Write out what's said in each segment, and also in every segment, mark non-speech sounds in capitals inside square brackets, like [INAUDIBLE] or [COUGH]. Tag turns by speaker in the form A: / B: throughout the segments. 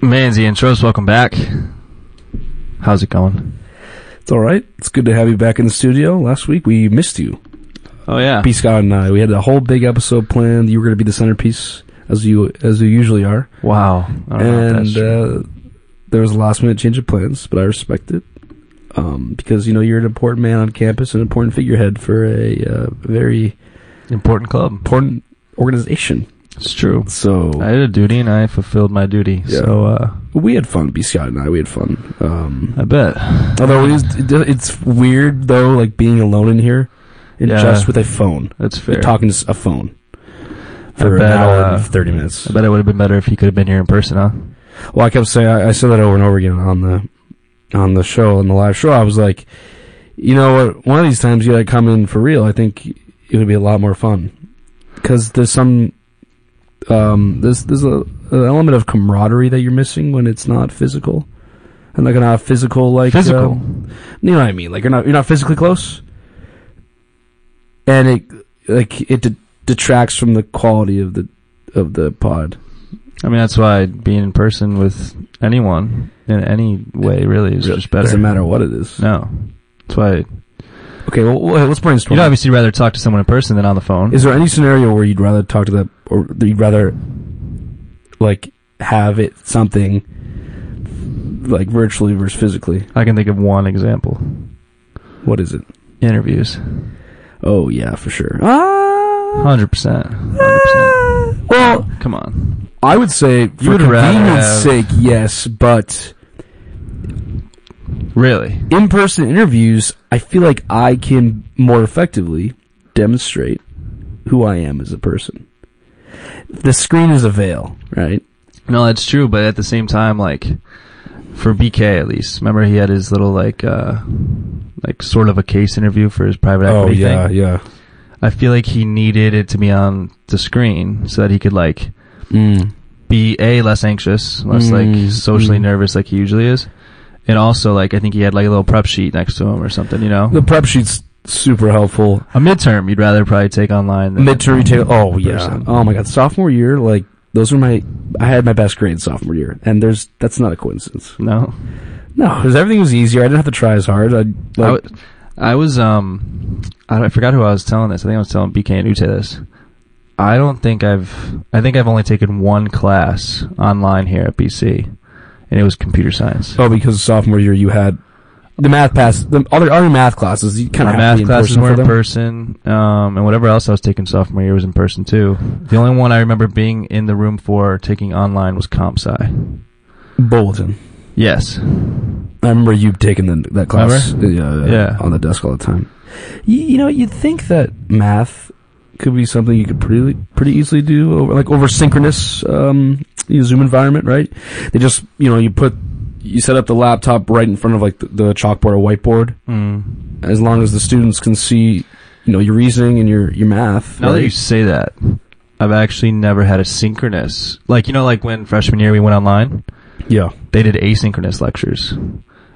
A: Manzi and Trust, welcome back. How's it going?
B: It's all right. It's good to have you back in the studio. Last week we missed you.
A: Oh yeah,
B: B Scott and I. We had a whole big episode planned. You were going to be the centerpiece, as you as you usually are.
A: wow. I don't know if Uh-huh, that's
B: and
A: true.
B: uh, there was a last minute change of plans, but I respect it um, because you know you're an important man on campus, an important figurehead for a uh, very
A: important club.
B: important organization.
A: It's true.
B: So
A: I had a duty and I fulfilled my duty.
B: Yeah.
A: So uh,
B: we had fun, B Scott and I. We had fun. Um,
A: I bet.
B: although it is, it's weird though, like being alone in here, and
A: Yeah.
B: just with a phone.
A: That's fair.
B: talking to s- a phone for
A: bet,
B: an hour
A: uh,
B: and 30 minutes.
A: I bet it would have been better if you could have been here in person, huh?
B: Well, I kept saying, I, I said that over and over again on the, on the show, on the live show. I was like, you know what? One of these times you gotta come in for real. I think it would be a lot more fun. Cause there's some, um, there's, there's a, an element of camaraderie that you're missing when it's not physical. And like not physical, like,
A: Physical.
B: um, you know what I mean? Like you're not you're not physically close, and it like it de- detracts from the quality of the of the pod.
A: I mean, that's why being in person with anyone in any way really is just better.
B: Doesn't matter what it is.
A: No, that's why
B: Okay, well, well, let's brainstorm.
A: you'd obviously rather talk to someone in person than on the phone.
B: is there any scenario where you'd rather talk to that, or that you'd rather like have it something like virtually versus physically?
A: I can think of one example:
B: What is it?
A: interviews.
B: Oh yeah, for sure. Ah,
A: Hundred percent. Hundred percent.
B: well,
A: Come on.
B: I would say
A: You
B: for
A: would rather have-
B: convenience' sake, yes, but.
A: Really?
B: in person interviews, I feel like I can more effectively demonstrate who I am as a person. The screen is a veil, right?
A: No, that's true, but at the same time, like for BK at least, remember he had his little like uh like sort of a case interview for his private equity thing.
B: Oh, yeah.
A: I feel like he needed it to be on the screen so that he could like
B: Mm.
A: be a less anxious, less like
B: Mm,
A: socially
B: mm.
A: nervous like he usually is. And also like I think he had like a little prep sheet next to him or something, you know.
B: The prep sheet's super helpful.
A: a midterm you'd rather probably take online than
B: Midterm take. Oh yeah.
A: Person.
B: Oh my god. Sophomore year, like those were my. I had my best grade sophomore year, and there's that's not a coincidence.
A: No.
B: No, because everything was easier. I didn't have to try as hard. I
A: I,
B: like,
A: w- I was um, I, don't- I forgot who I was telling this. I think I was telling BK and Ute this. I don't think I've. I think I've only taken one class online here at BC, and it was computer science.
B: oh, because sophomore year you had the math pass. The other other math classes, you kind
A: My
B: of
A: math
B: in
A: classes
B: person for
A: were in
B: them.
A: person, um, and whatever else I was taking sophomore year was in person too. The only one I remember being in the room for taking online was comp sci.
B: Bulletin.
A: Yes,
B: I remember you taking the, that class uh,
A: Yeah.
B: on the desk all the time. You, you know, you'd think that math could be something you could pretty pretty easily do over like over synchronous um, you know, Zoom environment, right? They just you know you put you set up the laptop right in front of like the, the chalkboard or whiteboard,
A: mm.
B: as long as the students can see you know your reasoning and your your math.
A: Now that
B: right?
A: you say that, I've actually never had a synchronous. Like you know, like when freshman year we went online.
B: yeah,
A: they did asynchronous lectures.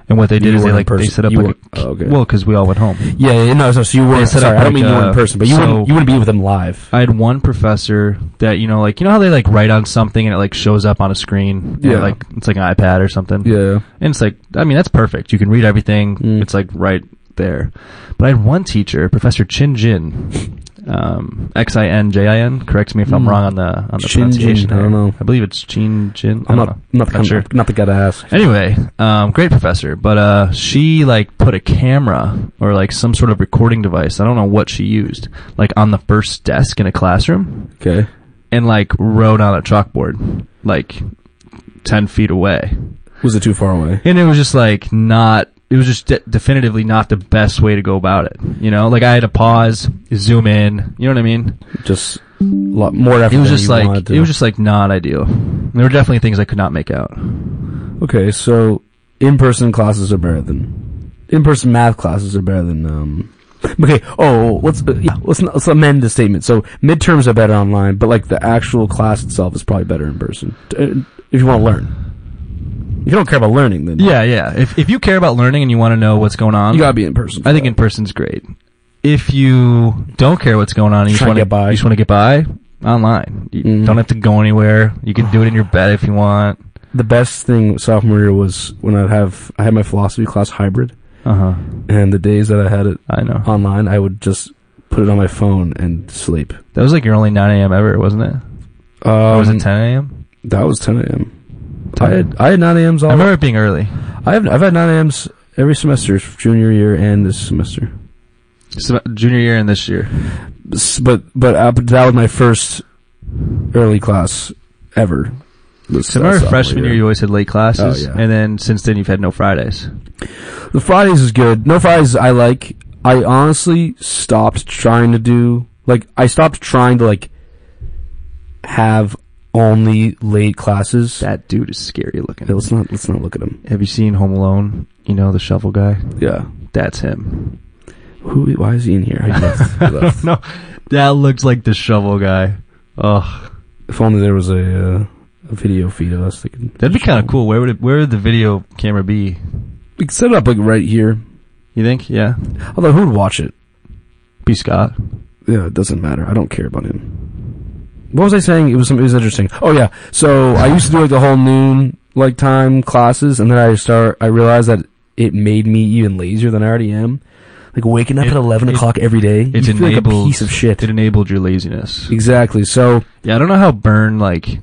A: And what they did
B: You
A: is they
B: weren't in
A: like they
B: person.
A: set up
B: You
A: like
B: were-
A: a,
B: oh, okay.
A: well because we all went home.
B: yeah, yeah, no, so, so you
A: They
B: weren't.
A: set up
B: Sorry, I don't
A: like,
B: mean you were
A: uh,
B: in person, but you
A: so-
B: wouldn't you wouldn't be with them live.
A: I had one professor that you know like you know how they like write on something and it like shows up on a screen. And it,
B: Yeah.
A: like it's like an iPad or something.
B: Yeah,
A: And it's like I mean that's perfect. You can read everything.
B: Mm.
A: It's like right there. But I had one teacher, Professor Chin Jin, um, X I N J I N. Correct me if I'm
B: Mm.
A: wrong on the on the
B: Chin Jin,
A: pronunciation.
B: I don't
A: there.
B: know.
A: I believe it's Chin Jin. I don't
B: I'm not
A: know.
B: not the
A: Not sure.
B: kind- not the guy to ask.
A: Anyway, um, great professor, but uh, she like put a camera or like some sort of recording device. I don't know what she used, like on the first desk in a classroom,
B: Okay.
A: and like wrote on a chalkboard, like ten feet away,
B: Was it too far away?
A: and it was just like not. It was just de- definitively not the best way to go about it. You know, like I had to pause, zoom in. You know what I mean?
B: Just a lot more effort.
A: It was
B: than
A: just
B: you wanted
A: like
B: to.
A: it was just like not ideal. There were definitely things I could not make out.
B: okay. So in-person classes are better than in-person math classes are better than um. Okay. Oh, let's uh, yeah, let's not, let's amend the statement. So midterms are better online, but like the actual class itself is probably better in person t- uh, if you want to learn. If you don't care about learning, then
A: Yeah, yeah. If if you care about learning and you want to know what's going on,
B: you gotta be in person.
A: I think in person's great. If you don't care what's going on, and you just
B: Trying
A: want
B: to
A: to
B: get by.
A: You just want to get by online. You
B: Mhm.
A: don't have to go anywhere. You can do it in your bed if you want.
B: the best thing sophomore year was when I'd have I had my philosophy class hybrid,
A: Uh
B: Uh-huh.
A: huh.
B: and the days that I had it
A: I know.
B: online, I would just put it on my phone and sleep.
A: That was like your only 9 a.m. ever, wasn't it?
B: Um,
A: Or was it 10 a.m.?
B: That was 10 a.m. I had I had 9 a.m.s
A: I
B: all.
A: remember it being early.
B: I have I've had 9 a.m.s every semester, junior year and this semester.
A: So, junior year and this year.
B: S- But but uh, but that was my first early class ever. Was
A: So I remember
B: that
A: freshman year,
B: sophomore
A: you always had late classes,
B: Oh, yeah.
A: and then since then you've had no Fridays.
B: The Fridays is good. No Fridays I like. I honestly stopped trying to do like I stopped trying to like have only late classes.
A: That dude is scary looking.
B: Yeah, let's not let's not look at him.
A: Have you seen Home Alone? You know the shovel guy.
B: Yeah.
A: That's him.
B: Who? Why is he in here? I left. I [LAUGHS] left.
A: no, that looks like the shovel guy. Oh. Ugh,
B: If only there was a, uh, a video feed of us. That could
A: that'd be kind of cool. Where would it, where would the video camera be?
B: We could set it up like right here.
A: You think? Yeah,
B: Although who would watch it?
A: B. Scott.
B: Yeah, it doesn't matter. I don't care about him. What was I saying? It was some, it was interesting. Oh yeah. So I used to do like the whole noon like time classes, and then I start. I realized that it made me even lazier than I already am. Like waking up
A: It-
B: at eleven
A: it-
B: o'clock every day.
A: it
B: you feel like a
A: enables-
B: piece of shit.
A: It enabled your laziness.
B: exactly. So
A: Yeah, I don't know how Burn like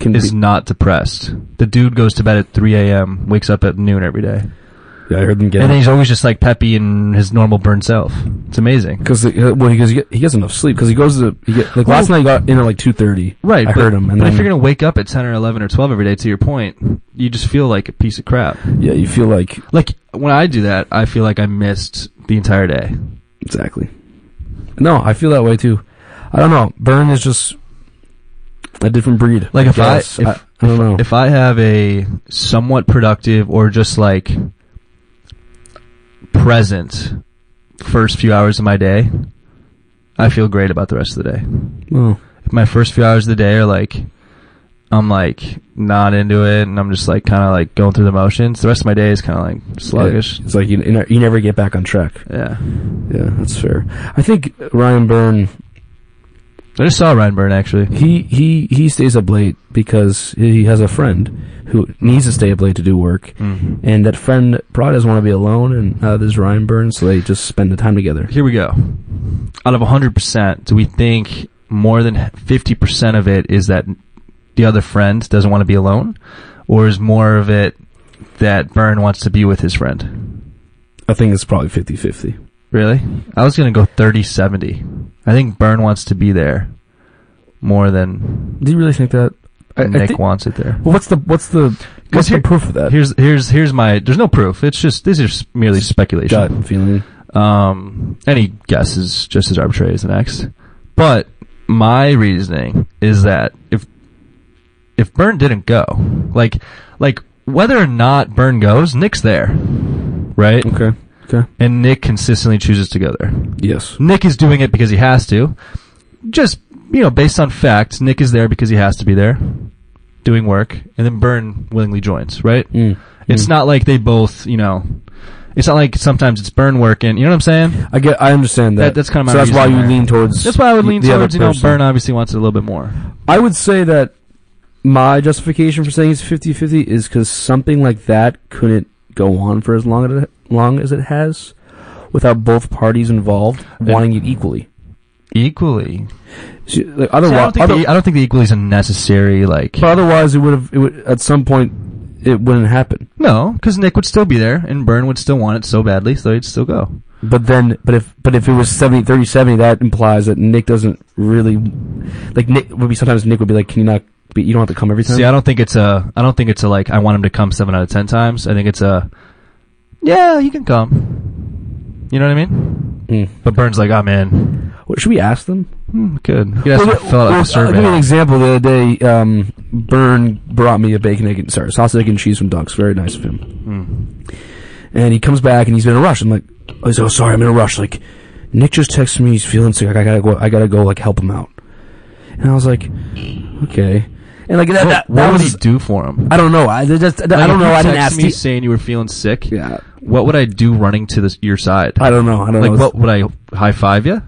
B: can
A: is
B: be-
A: not depressed. The dude goes to bed at 3 a.m., wakes up at noon every day,
B: yeah, I heard them
A: and then
B: get
A: he's always just like peppy and his normal Burn self. It's amazing.
B: because uh, well he goes he get- he gets enough sleep because he goes to he get, like last night he got in at like two thirty.
A: Right,
B: I
A: but,
B: heard him, and
A: but if
B: then-
A: you're gonna wake up at ten or eleven or twelve every day, to your point, you just feel like a piece of crap.
B: Yeah, you feel like
A: Like when I do that, I feel like I missed the entire day.
B: Exactly. No, I feel that way too. I don't know. Burn is just a different breed.
A: Like, if I-
B: guess.
A: if-
B: I, I don't know.
A: If I have a somewhat productive or just like present first few hours of my day, I feel great about the rest of the day.
B: oh,
A: If my first few hours of the day are like I'm like not into it, and I'm just like kind of like going through the motions. The rest of my day is kind of like sluggish.
B: it's like you, you, know, you never get back on track.
A: Yeah.
B: Yeah, that's fair. I think Ryan Byrne
A: I just saw Ryan Burn actually.
B: he he he stays up late because he has a friend who needs to stay up late to do work,
A: Hmm.
B: and that friend probably doesn't want to be alone, and uh, there's Ryan Byrne, so they just spend the time together.
A: Here we go. Out of 100%, do we think more than 50% of it is that the other friend doesn't want to be alone? Or is more of it that Byrne wants to be with his friend?
B: I think it's probably 50-50.
A: Really? I was going to go 30 70. I think Byrne wants to be there more than
B: Do you really think that? I, I
A: Nick
B: thi-
A: wants it there.
B: well, what's the what's the what's
A: here-
B: the proof of that?
A: Here's here's here's my there's no proof. It's just these are s- merely speculation.
B: Gut feeling.
A: Um, any guess is just as arbitrary as the next. But my reasoning is that if if Burn didn't go, like like whether or not Burn goes, Nick's there, right?
B: Okay. Okay.
A: And Nick consistently chooses to go there.
B: Yes.
A: Nick is doing it because he has to. Just you know, based on facts, Nick is there because he has to be there, doing work, and then Burn willingly joins, right?
B: Mm-hmm. Mm.
A: It's not like they both, you know. It's not like sometimes it's Burn working. You know what I'm saying?
B: I get. I understand that.
A: That- that's kinda my
B: So that's why you
A: reasoning there.
B: lean towards.
A: That's why I would lean
B: the other
A: towards, you know,
B: person.
A: Burn obviously wants it a little bit more.
B: I would say that my justification for saying it's 50-50 is because something like that couldn't go on for as long as it, long as it has, without both parties involved wanting it equally.
A: Equally.
B: So, like,
A: See, I,
B: otherwise,
A: don't think the, I don't think the equally is a necessary, like.
B: but otherwise, it would have. It would at some point. It wouldn't happen.
A: No, because Nick would still be there, and Burn would still want it so badly, so he'd still go.
B: But then, but if but if it was 70, 30, 70, that implies that Nick doesn't really like Nick would be. Sometimes Nick would be like, "Can you not? Be, you don't have to come every time."
A: See, I don't think it's a. I don't think it's a, like, I want him to come seven out of ten times. I think it's a. Yeah, he can come. You know what I mean?
B: Mm.
A: But Burn's like, "Ah, I'm in.
B: What, should we ask them?
A: Hmm, good. You guys
B: Well,
A: fill out
B: well,
A: a
B: I'll give you an
A: survey.
B: example. The other day, um, Byrne brought me a bacon, egg, and sorry, sausage, egg, and cheese from Dunk's. Very nice of him.
A: Mm.
B: And he comes back and he's in a rush. I'm like, I was, oh, sorry, I'm in a rush. Like, Nick just texted me. He's feeling sick. I gotta go. I gotta go. Like, help him out. And I was like, okay. And like that, that,
A: What,
B: that
A: what would
B: was.
A: he do for him?
B: I don't know. I that's- that- I
A: Like,
B: don't
A: if
B: know.
A: you
B: I didn't
A: text
B: ask.
A: me
B: the-
A: saying you were feeling sick.
B: yeah.
A: What would I do running to this, your side?
B: I don't know. I don't
A: Like,
B: know.
A: what would I high five you?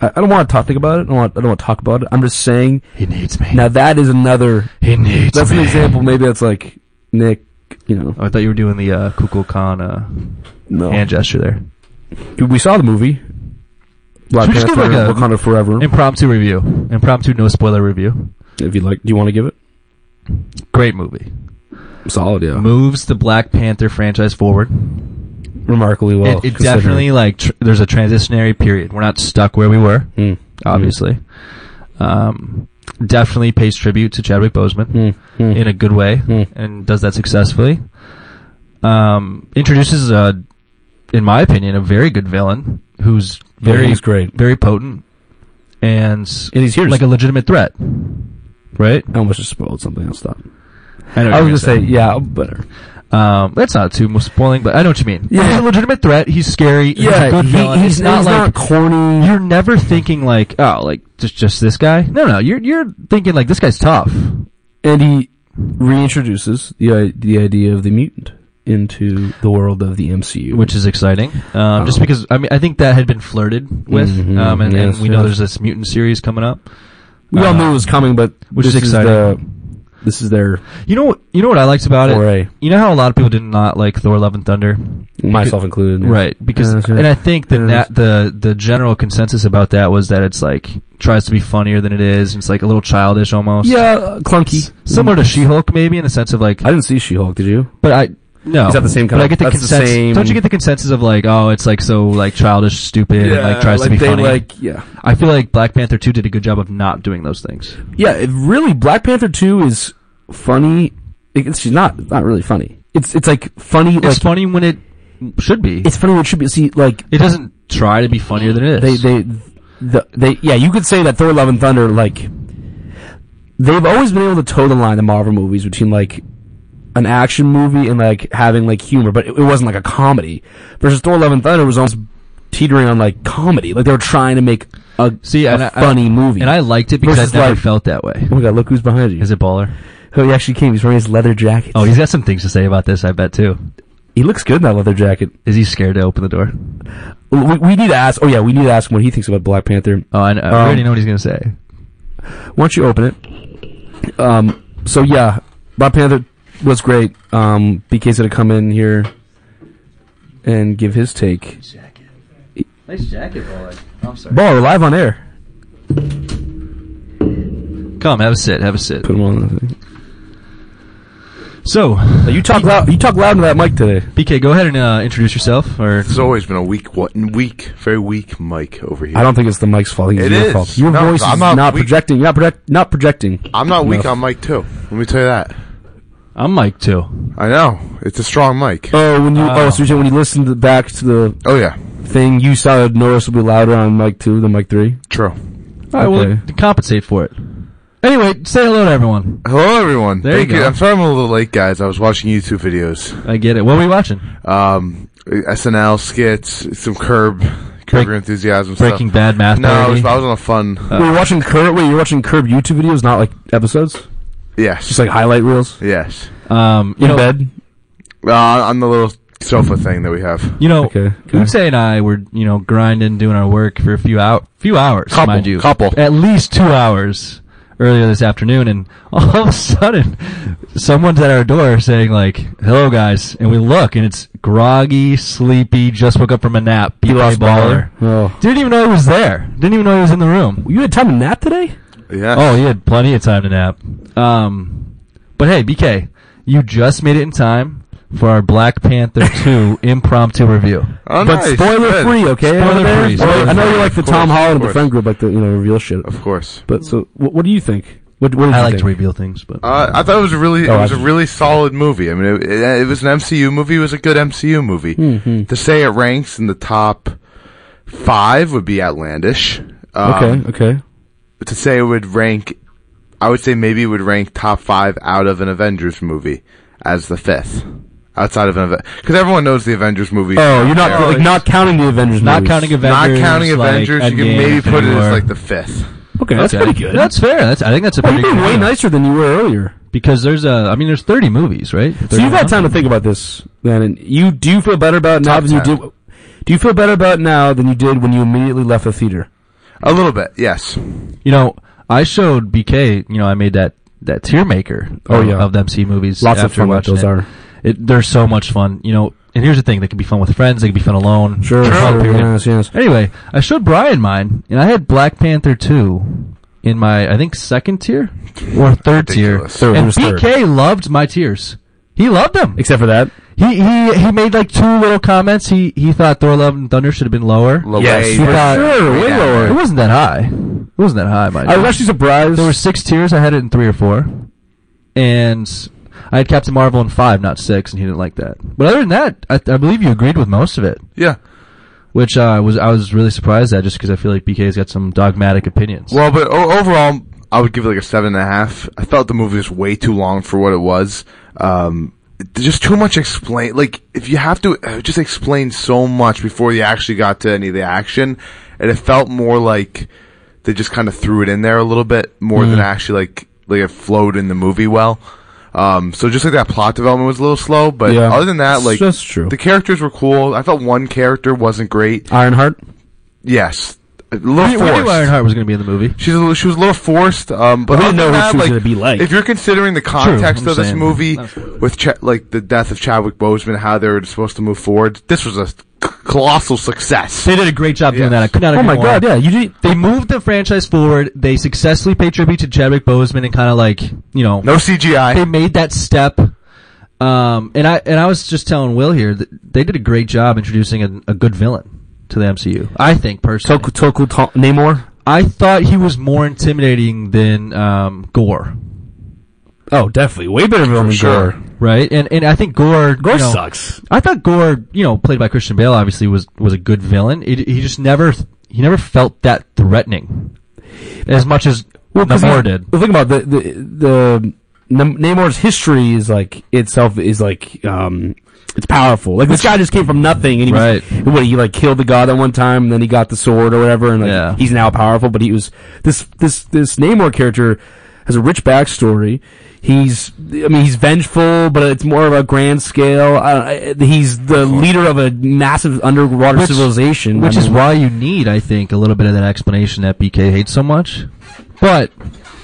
B: I, I don't want to talk about it. I don't want. I don't want to talk about it. I'm just saying.
A: He needs me.
B: Now that is another.
A: he needs
B: That's
A: me.
B: an example. Maybe that's like Nick. You know,
A: Oh, I thought you were doing the uh, Kukulkan uh,
B: no.
A: hand gesture there.
B: we saw the movie. Black
A: Should we just give,
B: Panther,
A: like, a-
B: Wakanda Forever.
A: Impromptu review. Impromptu, no spoiler review.
B: If you like, do you want to give it?
A: Great movie.
B: Solid, yeah.
A: Moves the Black Panther franchise forward.
B: Remarkably well.
A: it it
B: considering.
A: definitely like tr- there's a transitionary period. We're not stuck where we were,
B: Mm.
A: obviously. Um, definitely pays tribute to Chadwick Boseman
B: Mm. Mm.
A: in a good way
B: Mm.
A: and does that successfully. Um, introduces a, in my opinion, a very good villain who's
B: Very,
A: very
B: he's great.
A: very potent and
B: And he's here.
A: like a legitimate threat, right?
B: I almost just spoiled something. I'll stop.
A: I, know
B: I
A: what
B: was
A: you're
B: gonna say, yeah, better.
A: Um, that's not too much spoiling, but I know what you mean.
B: Yeah.
A: He's a legitimate threat. He's scary. he's a good villain. it's not like
B: corny.
A: you're never thinking like, oh, like just just this guy. No, no, you're you're thinking like this guy's tough.
B: And he reintroduces the i- the idea of the mutant into the world of the MCU,
A: which is exciting. Um, just
B: Um,
A: because I mean I think that had been flirted with,
B: Mhm,
A: um, and,
B: yes,
A: and we know
B: yes.
A: there's this mutant series coming up.
B: we all
A: uh,
B: knew it was coming, but
A: which
B: this
A: is exciting.
B: the, this is their
A: You know what? You know what I liked about it.
B: foray,
A: You know how a lot of people did not like Thor: Love and Thunder,
B: myself included.
A: right? Because
B: Yeah, that's right.
A: and I think that,
B: Yeah,
A: that the the general consensus about that was that it's like tries to be funnier than it is, and it's like a little childish almost.
B: Yeah, uh, clunky.
A: S- similar to She-Hulk maybe in the sense of like,
B: I didn't see She-Hulk. Did you?
A: but I no,
B: Is that the same kind
A: But I
B: of-
A: get the
B: that's the
A: consensus.
B: same-
A: Don't you get the consensus of like, oh, it's like so like childish, stupid, and like tries to be
B: they
A: funny.
B: like yeah,
A: I feel like Black Panther 2 did a good job of not doing those things.
B: yeah. It really, Black Panther two is funny. It, it's not not really funny. It's it's like funny.
A: It's
B: like
A: funny when it should be.
B: it's funny. What it should be see like
A: It doesn't try to be funnier than it
B: they
A: is.
B: they the, they yeah you could say that thor love and thunder like they've always been able to toe the line in marvel movies between like an action movie and like having like humor but it, it wasn't like a comedy versus thor love and thunder was almost teetering on like comedy like they were trying to make a,
A: See,
B: a
A: and I- I-
B: funny movie
A: and I liked it because
B: Versus,
A: I never
B: like-
A: felt that way.
B: oh my god look who's behind you
A: Is it baller?
B: oh he actually came he's wearing his leather jacket
A: Oh, he's got some things to say about this, I bet, too.
B: he looks good in that leather jacket
A: Is he scared to open the door?
B: we, we need to ask oh yeah we need to ask him what he thinks about black panther
A: Oh, I, kn- I
B: Um,
A: already know what he's going to say.
B: Why don't you open it? Um, so yeah, Black Panther was great. Um, BK's gonna come in here and give his take.
A: Nice jacket, baller. I'm sorry.
B: Ball, we're live on air.
A: Come, have a sit, have a sit.
B: Put him on. the thing.
A: So,
B: You
A: [LAUGHS]
B: talk loud. You talk loud into that mic today.
A: BK, go ahead and uh, introduce yourself. Or
C: There's always been a weak, what, weak, very weak mic over here.
B: I don't think it's the mic's fault. I think It's
C: It
B: your
C: is.
B: fault. Your
C: No,
B: voice
C: I'm
B: is
C: not
B: not,
C: weak.
B: projecting. You're not project. Not projecting.
C: I'm not weak
B: No.
C: on mic too. Let me tell you that.
A: I'm Mike too.
C: I know it's a strong mic.
B: Oh, when you
A: Oh.
B: oh, so you said when you listened to- back to the
C: Oh yeah,
B: thing, you sounded noticeably louder on mic two than mic three.
C: true.
A: I will
B: Okay.
A: compensate for it. Anyway, say hello to everyone.
C: Hello everyone.
A: There you
C: Thank
A: go.
C: I'm sorry I'm a little late, guys. I was watching YouTube videos,
A: I get it. What were you watching?
C: um, SNL skits, some Curb, Curb
A: Break-
C: Your Enthusiasm
A: Breaking
C: stuff.
A: Bad math
C: No, I
A: parody?
C: was, I was on a fun.
A: Uh,
B: Wait, you're watching curb. Wait, you're watching curb YouTube videos, not like episodes.
C: yes,
B: Just like highlight reels.
C: yes.
A: Um, you
B: In
A: know,
B: bed.
C: Uh, on the little sofa thing that we have.
A: You know,
B: Okay, okay.
A: Uche and I were, you know, grinding, doing our work for a few out, few hours,
C: Couple,
A: mind you,
C: couple.
A: at least two hours earlier this afternoon, and [LAUGHS] all of a sudden, someone's at our door saying like, "Hello, guys," and we look, and it's groggy, sleepy, just woke up from a nap. You
B: lost baller. Oh.
A: Didn't even know he was there. Didn't even know he was in the room.
B: You had time to nap today?
C: [LAUGHS] Yes.
A: Oh, he had plenty of time to nap. Um, but hey, BK, you just made it in time for our Black
C: [LAUGHS]
A: Panther 2 impromptu review.
C: Oh,
B: but
C: nice.
B: spoiler
C: Good.
B: free, okay?
A: Spoiler
B: Everyone?
A: free,
B: Well,
A: spoiler
B: I know
C: free.
B: you like the
C: Of course,
B: Tom Holland
C: of
B: of the
C: course.
B: friend group, like the you know reveal shit.
C: Of course.
B: But so, what, what do you think? What, what did
A: I
B: you
A: like
B: think?
A: to reveal things, but
C: Uh, I thought it was a really,
B: Oh,
C: it was
B: I-
C: a really solid movie. I mean, it, it, it was an MCU movie. It was a good MCU movie.
B: Hmm. Mm-hmm.
C: To say it ranks in the top five would be outlandish. Um,
B: okay, okay.
C: To say it would rank, I would say maybe it would rank top five out of an Avengers movie as the fifth outside of an because everyone knows the Avengers movie.
B: Oh, you're not
C: Yeah.
B: like not counting the Avengers.
A: not
B: movies.
A: counting
C: not
A: Avengers.
C: counting
A: like,
C: Avengers. you can
A: Endgame,
C: maybe put it
A: Infinity
C: as
A: War.
C: like the fifth.
B: Okay, that's
A: Okay.
B: pretty good.
A: [LAUGHS] That's fair. That's I think that's a
B: oh,
A: pretty
B: you're
A: good
B: being way
A: deal.
B: nicer than you were earlier.
A: because there's a. I mean, there's 30 movies, right?
B: So you've had time to think about this, then, and you do you feel better about it now
C: Top
B: than you
C: 10.
B: did. Do you feel better about it now than you did when you immediately left the theater?
C: A little bit, yes.
A: You know, I showed BK. You know, I made that that tear maker.
B: Oh,
A: of,
B: yeah.
A: of them see movies.
B: Lots of
A: after
B: fun that
A: watching
B: those
A: it.
B: are.
A: It, they're so much fun. You know, and here's the thing: they can be fun with friends. They can be fun alone.
B: Sure,
A: They're fun,
B: sure,
A: period.
B: yes, yes.
A: Anyway, I showed Brian mine, and I had Black Panther two in my I think second tier or third tier.
C: Ridiculous.
B: Third. It
A: And
B: was third.
A: BK loved my tears. He loved them.
B: Except for that,
A: He he he made like two little comments. He he thought Thor: Love and Thunder should have been lower.
C: Low
B: Yes,
C: way
B: you
C: down.
B: thought- Sure, way
C: down.
B: lower.
A: It wasn't that high. It wasn't that high, mind
B: I
A: you.
B: was actually surprised.
A: There were six tiers. I had it in three or four, and I had Captain Marvel in five, not six, and he didn't like that. But other than that, I, I believe you agreed with most of it,
C: Yeah.
A: which uh, I was I was really surprised at, just because I feel like BK's got some dogmatic opinions.
C: Well, but o- overall, I would give it like a seven and a half. I felt the movie was way too long for what it was. Um, it- just too much explain. Like if you have to uh, just explain so much before you actually got to any of the action, and it felt more like they just kind of threw it in there a little bit more
B: Mm.
C: than actually like like it flowed in the movie well. Um, so just like that plot development was a little slow, but
B: Yeah.
C: other than that, like
B: That's true.
C: the characters were cool. I felt one character wasn't great.
B: Ironheart.
C: Yes, a little
A: we, we knew
C: forced.
A: Ironheart was going to be in the movie.
C: She's a little, she was a little forced. Um, but
B: We didn't know
C: other than
B: what
C: that,
B: she was gonna be like.
C: If you're considering the context
A: I'm
C: of this
A: saying.
C: movie
A: That's what it is.
C: with Ch- like the death of Chadwick Boseman, how they were supposed to move forward, this was a c- colossal success.
A: They did a great job doing
C: Yes.
A: that. I could not.
B: Oh
A: agree
B: my
A: more.
B: god! Yeah, you did.
A: They moved the franchise forward. They successfully paid tribute to Chadwick Boseman and kind of like you know
C: No
A: they
C: CGI.
A: made that step. Um, and I and I was just telling Will here that they did a great job introducing a, a good villain to the MCU. I think personally,
B: Toku Toku Ta- Namor.
A: I thought he was more intimidating than um, Gore,
B: Oh, definitely way better villain than
C: sure.
B: Gore.
A: right? And and I think Gore
B: Gore
A: you know,
B: sucks.
A: I thought Gore, you know, played by Christian Bale, obviously was was a good villain. He, he just never he never felt that threatening as much as
B: Well, 'cause
A: Namor
B: he-
A: did.
B: Well, think about the the the. Nam- Namor's history is like itself is like um it's powerful. Like this guy just came from nothing and he
A: Right.
B: was what he like killed the god at one time and then he got the sword or whatever and like
A: Yeah.
B: he's now powerful but he was this this this Namor character has a rich backstory. He's I mean he's vengeful but it's more of a grand scale. Uh, he's the leader of a massive underwater
A: Which-
B: civilization
A: Which
B: I
A: is
B: mean,
A: why you need, I think, a little bit of that explanation that BK hates so much. But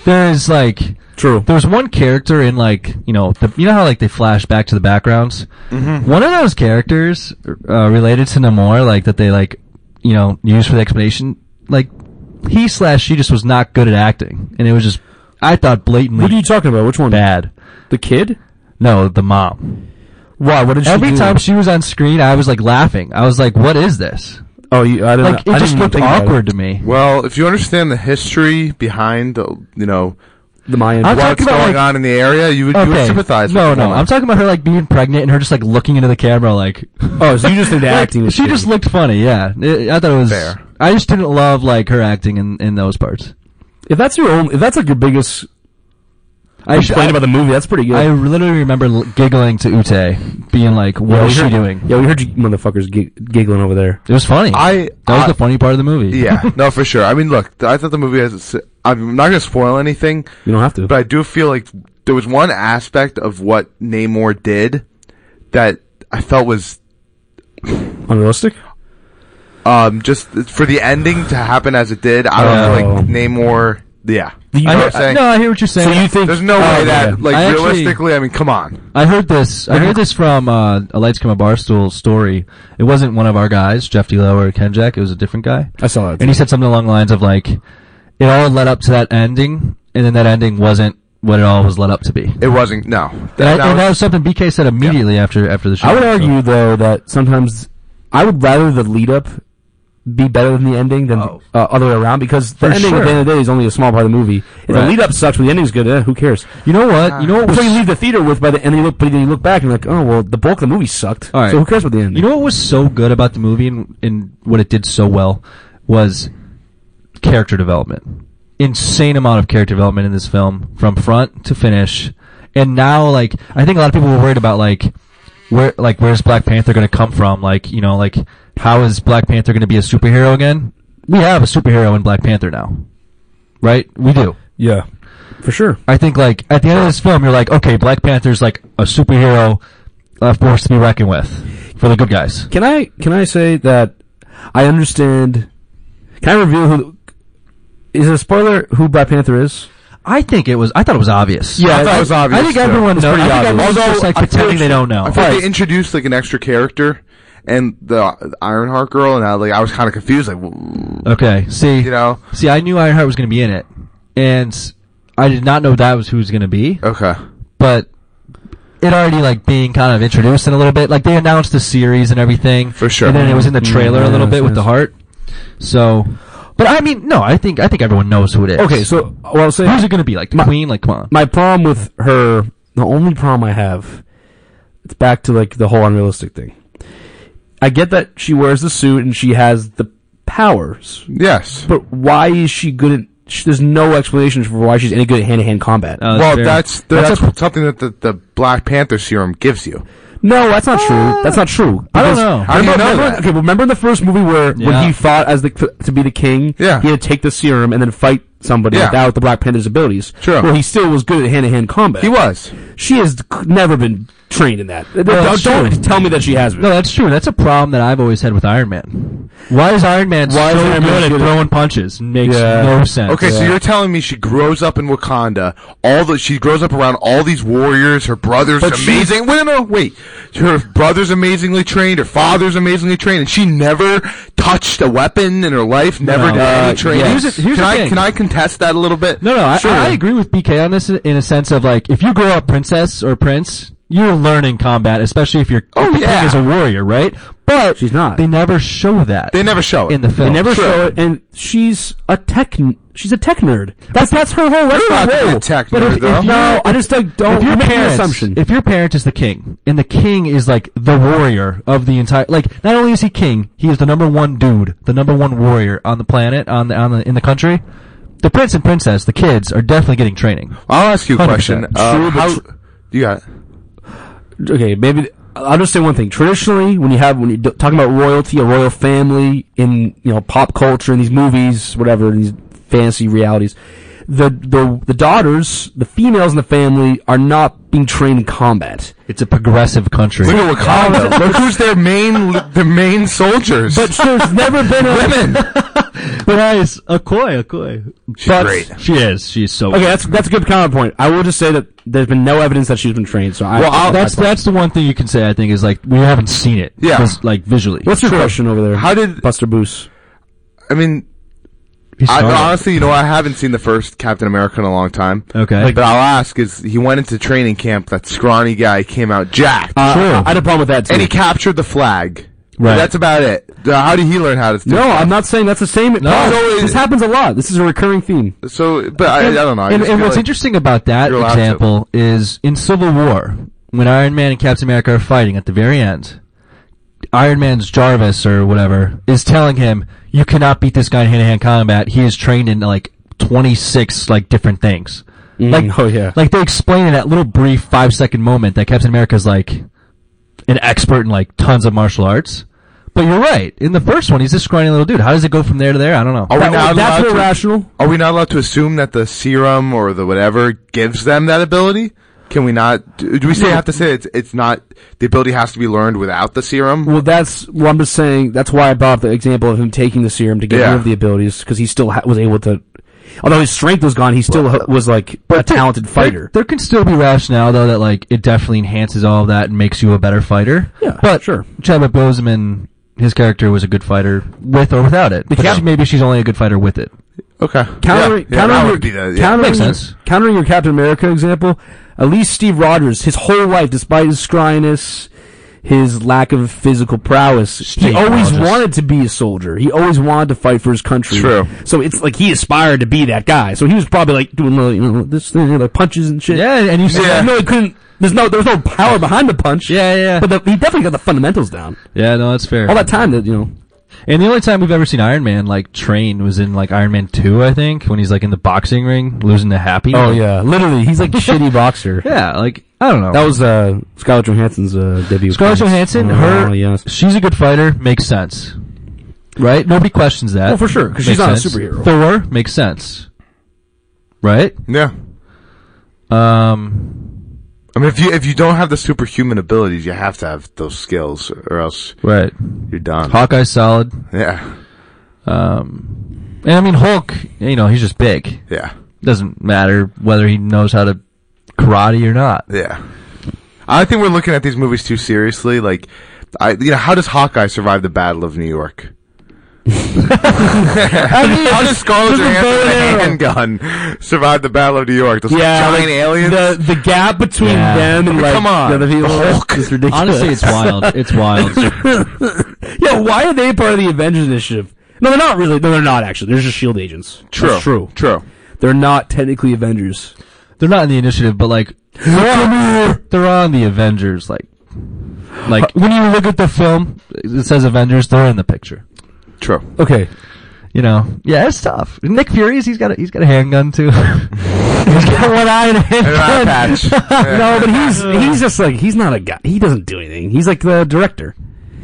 A: there's like
B: true.
A: there was one character in like you know the, you know how like they flash back to the backgrounds.
B: Mm-hmm.
A: One of those characters uh, related to Namor, like that they like you know use for the explanation, like he slash she just was not good at acting, and it was just I thought blatantly
B: What are you talking about? Which one?
A: bad.
B: The kid?
A: No, the mom.
B: Why? What did she
A: Every
B: do?
A: time she was on screen, I was like laughing. I was like, "What is this?"
B: Oh, you, I didn't.
A: Like
B: I
A: it just
B: didn't
A: looked
B: think about
A: awkward to me.
C: Well, if you understand the history behind, uh, you know,
B: it. The Mayan.
A: I'm
C: what's
A: talking about,
C: going
A: like-
C: on in the area, you would, you would sympathize
A: no,
C: with the
A: no.
C: woman.
A: I'm talking about her like being pregnant and her just like looking into the camera like
B: [LAUGHS] oh, so you just think
A: [LAUGHS]
B: the
A: Like,
B: acting was
A: she just
B: shitty.
A: looked funny, yeah. It- I thought it was
C: Fair.
A: I just didn't love like her acting in, in those parts.
B: If that's your own, if that's like your biggest
A: I,
B: complaint about the movie, that's pretty good.
A: I literally remember l- giggling to Ute, being like, "What
B: Yeah, we
A: is she
B: heard-
A: doing?"
B: Yeah, we heard you motherfuckers gig- giggling over there.
A: It was funny.
C: I-
A: that was
C: I-
A: the funny part of the movie.
C: yeah, no, for sure. I mean, look, th- I thought the movie has. its- I'm not going to spoil anything.
B: You don't have to.
C: But I do feel like there was one aspect of what Namor did that I felt was
B: Unrealistic.
C: um, just for the ending to happen as it did. I don't
B: Oh.
C: know, like Namor. Yeah, you
A: [LAUGHS] I
C: know
A: hear-
C: what I'm saying.
A: no, I hear what you're saying.
B: So you think
C: There's no way that, like,
A: I actually-
C: realistically, I mean, come on.
A: I heard this. I heard this from uh, a Lights Camera Barstool story. It wasn't one of our guys, Jeff D'Lo or Ken Jack. It was a different guy.
B: I saw that.
A: And he said something along the lines of like, it all led up to that ending, and then that ending wasn't what it all was led up to be.
C: It wasn't. No.
A: And, I,
C: That- that
A: and that
C: was-
A: was something BK said immediately after after the show.
B: I would argue
A: So-
B: though that sometimes I would rather the lead up be better than the ending than
A: Oh.
B: uh, other way around because the
A: For
B: ending at
A: sure.
B: the end of the day is only a small part of the movie. If the
A: Right.
B: lead up sucks, but the ending's good. Eh, who cares?
A: you know what? You know what?
B: That's what you
A: Was,
B: leave the theater with by the end. You look, but then you look back and you're like, oh well, the bulk of the movie sucked.
A: All right.
B: So who cares about the end?
A: you know what was so good about the movie and, and what it did so well was character development. Insane amount of character development in this film from front to finish. And now, like, I think a lot of people were worried about like where like where's Black Panther going to come from? Like, you know, like how is Black Panther going to be a superhero again? We have a superhero in Black Panther now, right? We do.
B: yeah, for sure.
A: I think like at the end of this film, you're like, okay, Black Panther's like a superhero uh, force to be reckoned with for the good guys.
B: Can I can I say that I understand? Can I reveal who is it a spoiler who Black Panther is?
A: I think it was. I thought it was obvious.
B: Yeah,
C: I thought it was obvious,
B: I think
C: too.
B: everyone
A: It's
B: knows.
A: pretty
B: I think
A: obvious.
B: everyone's
A: Although,
B: just, like,
A: I feel-
B: pretending they don't
A: know.
C: I feel like
B: Right.
C: they introduced like an extra character and the, the Ironheart girl, and I, like I was kind of confused, like w-
A: Okay. See.
C: you know,
A: See, I knew Ironheart was going to be in it, and I did not know that was who was going to be.
C: okay,
A: But it already like being kind of introduced in a little bit. Like they announced the series and everything
C: For sure.
A: and then it was in the
B: Mm,
A: trailer a little
B: yes,
A: bit with the
B: yes.
A: heart. So, but I mean, no, I think I think everyone knows who it is.
B: Okay, so well, I'll say
A: who's it going to be? Like the
B: My-
A: Queen? Like come on.
B: my problem with her, the only problem I have, it's back to like the whole unrealistic thing. I get that she wears the suit and she has the powers,
C: yes.
B: but why is she good at? She, there's no explanation for why she's any good at hand-to-hand combat.
A: Uh,
C: well,
A: very-
C: that's
B: that's
C: that's, something that the, the Black Panther serum gives you.
B: no, that's not true. That's not true.
A: I don't
B: Because-
A: know.
C: How do you
B: remember,
C: know
B: remember-
C: that?
B: okay, remember in the first movie where
A: Yeah.
B: when he fought as the to be the king,
C: Yeah.
B: he had to take the serum and then fight somebody
C: Yeah.
B: without the Black Panther's abilities.
C: Sure.
B: Well, he still was good at hand-to-hand combat.
C: He was.
B: She has c- never been trained in that.
A: that's
B: don't
A: true.
B: tell me that she has been.
A: No, that's true. That's a problem that I've always had with Iron Man. Why is Iron Man
B: Why
A: so
B: is Iron Man
A: good
B: good
A: at
B: at-
A: throwing punches? Makes
B: Yeah.
A: no sense.
C: Okay, so you're telling me she grows up in Wakanda. All the she grows up around all these warriors. Her brother's
B: But she-
C: amazing. Wait, no, no, wait. Her brother's amazingly trained. Her father's amazingly trained, and she never touched a weapon in her life. Never
A: No.
C: did
A: Uh,
C: any training.
A: yes. Here's the- here's
C: can
A: the
C: I
A: thing.
C: can I contest that a little bit?
A: No, no, I,
C: Sure.
A: I agree with BK on this in a sense of like if you grow up princess or prince, you're learning combat, especially if you're
C: Oh,
A: if the
C: yeah.
A: king is a warrior, right? But
B: She's not.
A: They never show that.
C: They never show it
A: in the
B: They
A: film.
B: never
C: Sure.
B: show it, and she's a tech. n- She's a tech nerd. That's that's her whole. That's
C: not
B: her
C: being a
B: role.
C: tech
B: But if-
C: nerd,
B: if
C: though.
B: you- no, I just like, don't.
A: If your
B: you're making an
A: parents,
B: assumption.
A: if your parent is the king, and the king is like the warrior of the entire, like not only is he king, he is the number one dude, the number one warrior on the planet, on the on the in the country. The prince and princess, the kids, are definitely getting training.
C: I'll ask you a
A: 100%.
C: question. Uh,
B: Sure, but
C: how,
B: tr-
C: you got it.
B: okay, maybe I'll just say one thing. Traditionally, when you have when you're d- talking about royalty, a royal family in you know pop culture in these movies, whatever in these fantasy realities, the the the daughters, the females in the family, are not being trained in combat.
A: It's a progressive country.
C: Look at Wakanda. [LAUGHS] Look who's their main their main soldiers.
B: But [LAUGHS] there's never been
A: [LAUGHS]
B: a
C: women.
A: But eyes, Okoye, Okoye.
B: But-
C: great.
A: She is. She is so.
B: Okay, that's that's a good counterpoint. I will just say that there's been no evidence that she's been trained. So I,
A: Well, I'll-
B: I-
A: that's
B: I-
A: that's the one thing you can say. I think is like we haven't seen it.
C: Yeah.
A: just, like visually.
B: What's your question over there?
C: How did-
B: Buster Boos?
C: I mean,
A: He
C: I,
A: started.
C: honestly, you know, I haven't seen the first Captain America in a long time.
A: Okay.
C: But I'll ask is he went into training camp, that scrawny guy came out jacked.
B: Uh,
A: Sure.
B: I, I had a problem with that too.
C: and he captured the flag.
A: Right.
C: That's about it. Uh, how did he learn how to do
B: no, I'm not saying that's the same.
C: No,
B: this
C: it-
B: happens a lot. This is a recurring theme.
C: So, but I, I don't know. I
A: and
C: just
A: and
C: feel
A: what's
C: like-
A: interesting about that
C: you're allowed to.
A: example is in Civil War when Iron Man and Captain America are fighting at the very end. Iron Man's Jarvis or whatever is telling him, "You cannot beat this guy in hand-to-hand combat. He is trained in like 26 like different things."
C: Mm-hmm.
A: like,
B: oh, yeah.
A: like they explain in that little brief five-second moment that Captain America's like, an expert in like tons of martial arts. But you're right. In the first one, he's this scrawny little dude. How does it go from there to there? I don't know.
C: Are we
B: That-
C: not
B: that's
C: allowed to-
B: irrational.
C: Are we not allowed to assume that the serum or the whatever gives them that ability? Can we not? Do do we say have to say it's it's not the ability has to be learned without the serum?
B: Well, that's well. I'm just saying that's why I brought up the example of him taking the serum to get
C: Yeah.
B: rid of the abilities because he still ha- was able to. Although his strength was gone, he still ha- was like a talented
A: There,
B: fighter.
A: there can still be rationale though that like it definitely enhances all of that and makes you a better fighter.
B: Yeah,
A: but
B: sure.
A: Chadwick Boseman, his character was a good fighter with or without it. But
B: Yeah.
A: she- maybe she's only a good fighter with it.
C: okay.
B: Countering,
C: Yeah, yeah, that
B: countering,
C: would be the-
B: your,
C: yeah.
B: countering,
A: Makes sense.
B: countering your Captain America example, at least Steve Rogers, his whole life, despite his scryness, his lack of physical prowess,
A: Steve
B: he always
A: Rogers.
B: wanted to be a soldier. He always wanted to fight for his country.
C: True.
B: So it's like he aspired to be that guy. So he was probably like doing little, you know, this thing, like punches and shit.
A: Yeah, and you see
B: I
C: Yeah.
B: know he couldn't. There's no, there's no power behind the punch.
A: Yeah, yeah, yeah.
B: But the, he definitely got the fundamentals down.
A: Yeah, no, that's fair.
B: All that time that you know.
A: And the only time we've ever seen Iron Man like train was in like Iron Man two, I think, when he's like in the boxing ring losing to Happy.
B: literally, he's
A: [LAUGHS]
B: like shitty boxer.
A: yeah, like I don't know.
B: That was uh, Scarlett Johansson's uh, debut.
A: Scarlett
B: appearance.
A: Johansson.
B: Oh,
A: her, [LAUGHS]
B: yes.
A: she's a good fighter. Makes sense, right? Nobody questions that.
B: Well, Oh, for sure, 'cause
A: Makes
B: she's not a
A: sense.
B: superhero.
A: Thor makes sense, right?
C: Yeah.
A: Um,
C: I mean, if you if you don't have the superhuman abilities, you have to have those skills, or else
A: right.
C: you're done.
A: Hawkeye's solid.
C: Yeah.
A: Um, And I mean, Hulk, you know, he's just big.
C: Yeah.
A: Doesn't matter whether he knows how to karate or not.
C: Yeah. I think we're looking at these movies too seriously. Like, I, you know, how does Hawkeye survive the Battle of New York? how does
B: this is
C: Scarlett Johansson with a
B: very narrow.
C: handgun survive the Battle of New York? Those giant
B: like,
C: aliens.
B: The the gap between
A: Yeah.
B: them and like
C: Come on.
B: the other people
C: Hulk.
B: is ridiculous.
D: Honestly, it's wild. It's wild.
A: [LAUGHS]
B: yeah, why are they part of the Avengers initiative? No, they're not really. No, they're not actually. They're just Shield E agents.
C: true.
B: That's true.
C: True.
B: They're not technically Avengers.
A: They're not in the initiative, but like they're on the Avengers. Like, like when you look at the film, it says Avengers. They're in the picture.
C: True. [LAUGHS]
B: Okay.
A: You know, yeah, it's tough. Nick Fury's he's got a, he's got a handgun too. [LAUGHS] he's got one eye and a
C: And an eye
A: handgun.
C: patch.
A: [LAUGHS]
B: no, but he's he's just like he's not a guy. He doesn't do anything. He's like the director.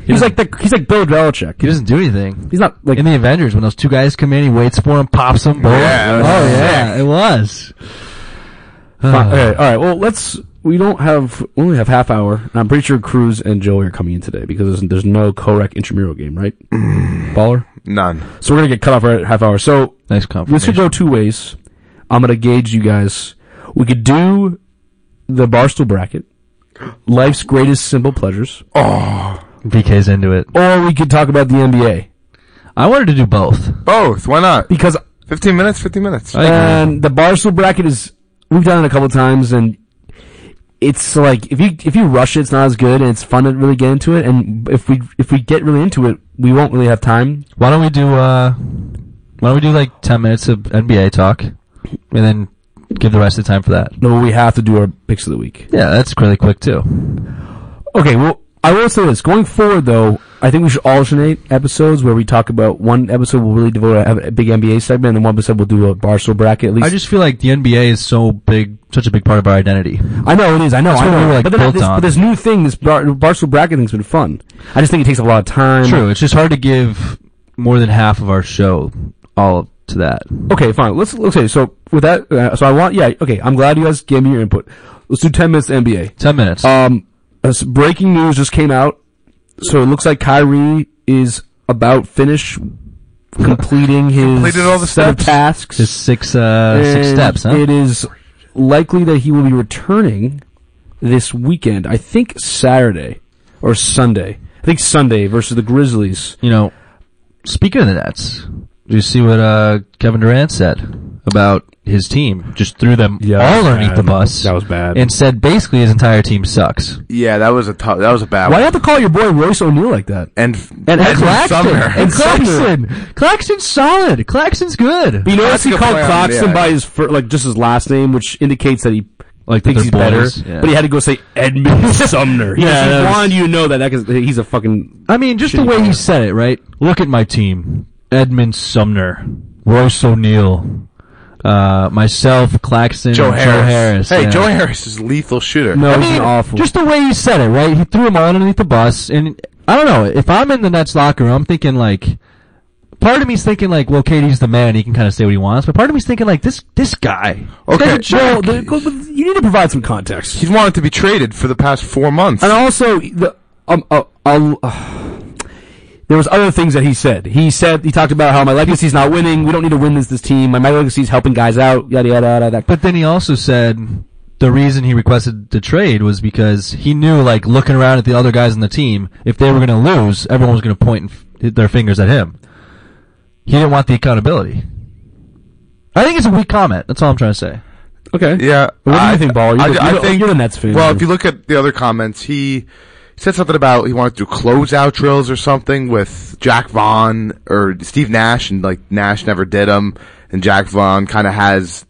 B: He's like the he's like Bill Belichick.
A: He doesn't do anything.
B: He's not like
A: in the Avengers when those two guys come in, he waits for him, pops him. Boom.
C: Yeah, that was
A: oh
C: sick.
A: yeah, it was. Uh, Uh-huh.
B: Fine. Okay, all right. Well, let's. We don't have. We only have half hour, and I'm pretty sure Cruz and Joey are coming in today because there's, there's no Korek intramural game, right? Baller.
C: None.
B: So we're gonna get cut off right at half hour. So
A: nice
B: this
A: confirmation.
B: could go two ways. I'm gonna gauge you guys. We could do the barstool bracket, life's greatest simple pleasures,
A: BK's into it.
B: or we could talk about the NBA
A: I wanted to do both.
C: Both. Why not?
B: because
C: 15 minutes, 15 minutes.
A: I agree.
B: and the barstool bracket is we've done it a couple times and it's like if you if you rush it, it's not as good and it's fun to really get into it and if we if we get really into it we won't really have time
A: Why don't we do uh why don't we do like ten minutes of NBA talk and then give the rest of the time for that.
B: no we have to do our picks of the week
A: Yeah, that's really quick too.
B: okay well i will say this going forward though i think we should alternate episodes where we talk about one episode we'll really devote a, a big nba segment and then one episode we'll do a barstool bracket at least
A: I just feel like the NBA is so big such a big part of our identity.
B: I know it is. I know. I
A: what
B: know.
A: we were, like,
B: but, then
A: built
B: this,
A: on.
B: but this new thing, this bar, Barstool bracket thing's been fun. I just think it takes up a lot of time.
A: True, it's just hard to give more than half of our show all to that.
B: Okay, fine. Let's let's say so with that. Uh, so I want yeah. Okay, I'm glad you guys gave me your input. Let's do ten minutes NBA.
A: Ten minutes.
B: Um, as breaking news just came out. So it looks like Kyrie is about finished
C: [LAUGHS]
B: completing his
C: Completed all the
B: set of
C: steps.
B: tasks.
A: Just six uh six
B: And
A: steps, huh?
B: It is likely that he will be returning this weekend. I think Saturday or Sunday. I think Sunday versus the Grizzlies.
A: you know, speaking of the Nets, do you see what uh, Kevin Durant said about his team? Just threw them all underneath the bus
B: That was bad.
A: and said basically his entire team sucks.
C: Yeah, that was a tough, that was a
B: Why
C: bad
B: do
C: one.
B: you have to call your boy Royce O'Neal like that?
C: And,
A: And, [LAUGHS]
C: Edwin
A: Claxton,
C: Sumner.
A: and Claxton, Claxton's solid. Claxton's good.
B: But you notice
C: That's a
B: he
C: good
B: called
C: point on the
B: Claxton
C: AI.
B: by his fir- like just his last name, which indicates that he
A: Like
B: thinks he's better.
A: Yeah.
B: But he had to go say
A: [LAUGHS]
B: Edmund Sumner. He
A: Yeah, that
B: just
A: was-
B: wanted you to know that that 'cause he's a fucking.
A: I mean, just the way he said it, right? Look at my team: Edmund Sumner, Royce O'Neal, uh, myself, Claxton,
C: Joe
A: and
C: Harris.
A: Harris.
C: Hey,
A: yeah.
C: Joe Harris is a lethal shooter.
B: No,
A: I
B: he's
A: mean,
B: an awful.
A: just the way he said it, right? He threw him all underneath the bus, and I don't know. If I'm in the Nets locker room, I'm thinking like, part of me's thinking like, well, Katie's the man, he can kind of say what he wants, but part of me's thinking like, this this guy, this guy's
C: Okay.
A: a
B: well,
A: jerk.
B: the, you need to provide some context.
C: He's wanted to be traded for the past four months.
B: And also, the, um, uh, I'll- uh, there was other things that he said. He said he talked about how my legacy's not winning. We don't need to win this this team. My, my legacy's helping guys out. Yada yada yada. yada.
A: But then he also said the reason he requested the trade was because he knew, like, looking around at the other guys on the team, if they were going to lose, everyone was going to point f- their fingers at him. He didn't want the accountability. I think it's a weak comment. That's all I'm trying to say.
B: okay.
C: Yeah.
B: What do you
C: I-
B: think, Ball? You're
C: I,
B: the-
C: I
B: you're the-
C: think
B: you're the Nets fan.
C: Well, if you look at the other comments, he said something about he wanted to do closeout drills or something with Jack Vaughn or Steve Nash, and like Nash never did them, and Jack Vaughn kind of has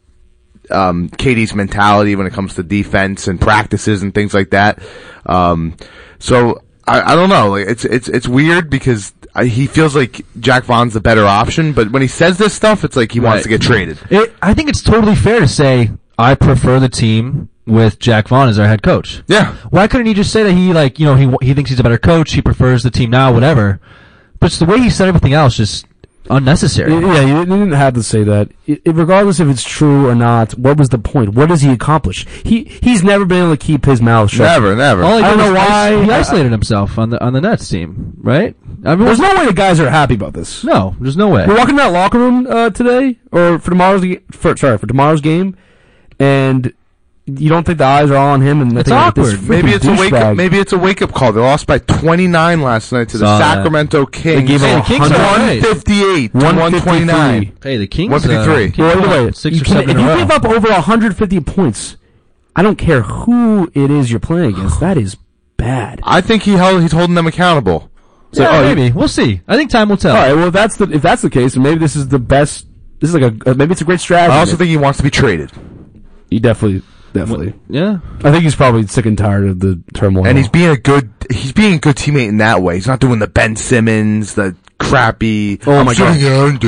C: um, Katie's mentality when it comes to defense and practices and things like that. Um, so I, I don't know. Like it's it's it's weird because. I, he feels like Jack Vaughn's the better option, but when he says this stuff, it's like he wants to get traded.
A: It, I think it's totally fair to say I prefer the team with Jack Vaughn as our head coach.
C: Yeah.
A: Why couldn't he just say that he like you know he he thinks he's a better coach, he prefers the team now, whatever. But it's the way he said everything else just unnecessary.
B: Yeah, you didn't have to say that. I I- regardless if it's true or not, what was the point? What does he accomplish? He he's never been able to keep his mouth shut.
C: Never, never.
A: All he
B: I
A: did
B: don't
A: was
B: know why-
A: is- he isolated himself on the on the Nets team, right? fun. Everyone's
B: There's no way the guys are happy about this.
A: no, there's no way.
B: We're walking in that locker room uh, today, or for tomorrow's ge- for sorry for tomorrow's game, and you don't think the eyes are all on him and
A: It's
B: they think, like, this
A: awkward.
B: freaking
C: Maybe it's a wake
B: douchebag.
C: up. Maybe it's a wake up call. They lost by 29 last night to the
D: Saw that.
C: Sacramento Kings.
B: gave
A: Hey, the Kings are great.
C: 158 to 129.
D: Hey, the Kings.
C: 153.
D: Uh,
B: Well,
D: Kings
B: either
D: won
B: way,
D: six
B: you
D: or
B: can-
D: seven
B: if
D: in a
B: you
D: row.
B: give up over 150 points, I don't care who it is you're playing against. That is bad.
C: I think he held. He's holding them accountable.
A: So,
B: Yeah,
A: oh,
B: maybe.
A: maybe we'll see. I think time will tell.
B: All right. Well, if that's the if that's the case, then maybe this is the best. This is like a uh, maybe it's a great strategy.
C: I also think he wants to be traded,
B: he definitely definitely.
A: Yeah.
B: I think he's probably sick and tired of the turmoil.
C: and he's being a good. He's being a good teammate in that way. He's not doing the Ben Simmons, the crappy.
B: Oh my
C: shooting it.
B: I mean,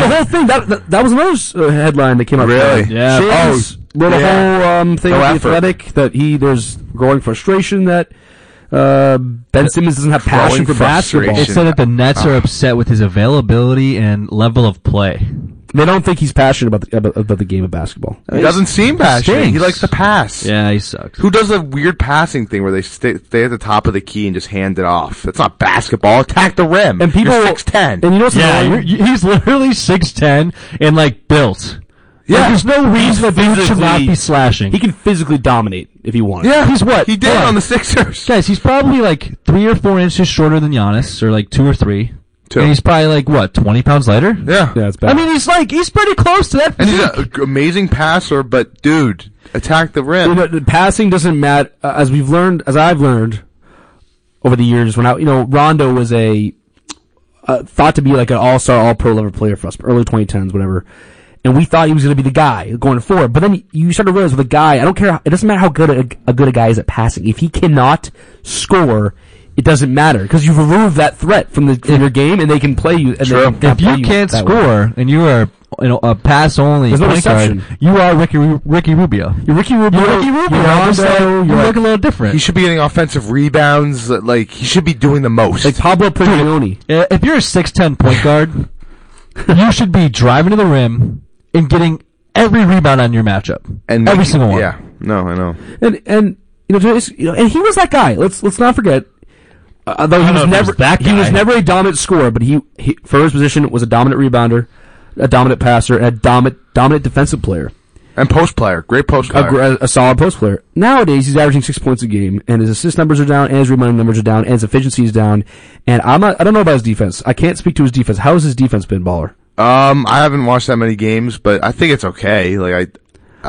B: the whole thing that that, that was another s- uh, headline that came out.
C: Really?
B: today.
D: Yeah.
B: Shams wrote a
C: yeah.
B: whole um, thing
C: No
B: on the
C: effort.
B: Athletic that he there's growing frustration that uh, Ben Simmons doesn't have passion
C: Growing
B: for basketball.
A: It said that the Nets are upset with his availability and level of play.
B: They don't think he's passionate about the about, about the game of basketball. [LAUGHS]
C: he doesn't seem passionate. He
A: stinks.
C: likes to pass.
D: Yeah, he sucks.
C: Who does a weird passing thing where they stay, stay at the top of the key and just hand it off? That's not basketball. Attack the rim.
B: And people
C: You're 6'10".
B: And you know what's annoying?
A: you're- you- he's literally six ten and like built. Yeah,
C: Yeah.
A: there's no reason that dude should not
B: physically-
A: be slashing.
B: He can physically dominate if he wanted.
C: yeah,
A: he's what?
C: He did
A: Hold on.
C: on the Sixers.
A: Guys, he's probably like three or four inches shorter than Giannis, or like two or three.
C: Two.
A: And he's probably like what, twenty pounds lighter?
C: Yeah.
B: Yeah, it's bad.
A: I mean, he's like he's pretty close to that.
C: And he's an amazing passer, but dude, attack
B: [LAUGHS]
C: the
B: You
C: rim.
B: know, the passing doesn't matter. Uh, as we've learned, as I've learned over the years, when I, you know, Rondo was a uh, thought to be like an all-star, all-pro level player for us, early 2010s, whatever. And we thought he was going to be the guy going forward. But then you start to realize with a guy, I don't care. It doesn't matter how good a, a good a guy is at passing. If he cannot score, it doesn't matter because you've removed that threat from the from your game, and they can play you. And
C: [LAUGHS] True.
B: they can
A: if you can't
B: that way.
A: score and you are you know a pass only
B: There's no
A: point guard,
B: exception.
A: you are Ricky Ru- Ricky Rubio.
B: you're Ricky Rubio,
A: You're Ricky Rubio.
B: you're
A: I'm just saying,
B: Rondo,
A: you
B: you're
A: look a little different.
C: He should be getting offensive rebounds. Like he should be doing the most.
B: like Pablo Prigioni.
A: Uh, if you're a six ten point guard, you should be driving to the rim and getting every rebound on your matchup.
C: and
A: every single one.
C: Yeah. No, I know.
B: and and you know, just, you know, and he was that guy. Let's let's not forget. Uh, though he was
A: know if he
B: never
A: was that
B: he was
A: guy.
B: never a dominant scorer, but he, he for his position was a dominant rebounder, a dominant passer, and a dominant dominant defensive player,
C: And post player, great post
B: a,
C: player.
B: gr- a, a solid post player. Nowadays, he's averaging six points a game, and his assist numbers are down, and his rebounding numbers are down, and his efficiency is down. And I'm not, I don't know about his defense. I can't speak to his defense. How has his defense been, baller?
C: um, I haven't watched that many games, but I think it's okay. Like I,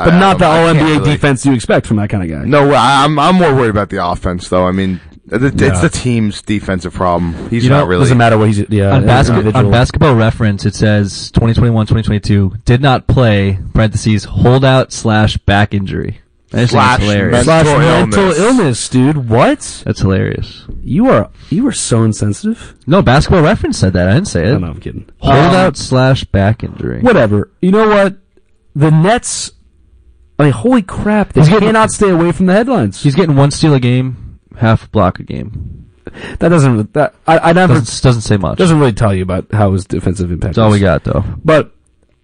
B: But
C: I,
B: not
C: um,
B: the
C: I
B: All
C: can't
B: NBA
C: really-
B: defense you expect from that kind of guy.
C: No, I- I'm I'm more worried about the offense though. I mean, it, it's the team's defensive problem. He's
A: You know,
C: not really.
B: doesn't matter what he's yeah
A: on,
B: as an
A: basket,
B: individual.
A: on basketball reference, it says 2021-2022 did not play parentheses holdout slash back injury. I just think
C: Slash
A: That's hilarious.
C: mental-
B: Slash
C: illness.
B: mental illness, dude. What?
A: That's hilarious.
B: You are you are so insensitive.
A: No, basketball reference said that. I didn't say
B: I
A: it.
B: don't know, I'm kidding. Um,
A: Holdout slash back injury.
B: Whatever. You know what? The Nets. I mean, holy crap! They
A: He's getting-
B: cannot stay away from the headlines.
A: He's getting one steal a game, half block a game.
B: That doesn't. That I, I never
A: Doesn't doesn't say much.
B: doesn't really tell you about how his defensive impact.
A: That's all
B: is.
A: we got though.
B: But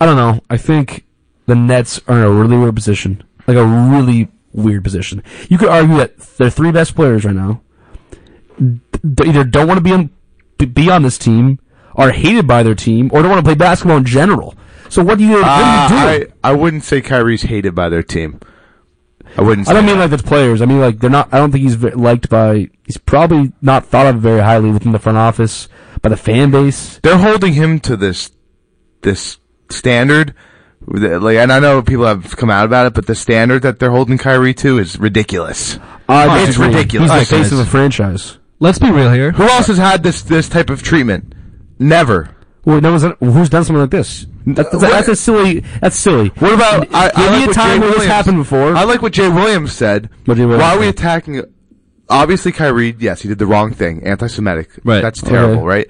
B: I don't know. I think the Nets are in a really weird position, like a really weird position. You could argue that their three best players right now d- either don't want to be on b- be on this team, are hated by their team, or don't want to play basketball in general. So what do you, what
C: Uh,
B: do, you do?
C: I, I wouldn't say Kyrie's hated by their team. I wouldn't. Say
B: I don't mean like the players. I mean like they're not. I don't think he's ve- liked by. He's probably not thought of very highly within the front office by the fan base.
C: they're holding him to this this standard. Like, and I know people have come out about it, but the standard that they're holding Kyrie to is ridiculous.
B: Uh,
C: it's
B: basically,
C: ridiculous.
B: He's
C: All
B: the
C: right,
B: face
A: guys.
B: of the franchise.
A: Let's be real here.
C: Who else has had this this type of treatment? Never.
B: Well, no one's who's done something like this. That- that's, that's a silly. That's silly.
C: What about I,
B: Give me
C: I like
B: a
C: what
B: time
C: Jay
B: where this
C: Williams-
B: happened before.
C: I like what Jay Williams said.
B: What Jay Williams
C: Why are we
B: said.
C: attacking? Obviously, Kyrie. Yes, he did the wrong thing. Anti-Semitic.
A: Right.
C: That's
B: Oh,
C: terrible.
B: Okay.
C: Right.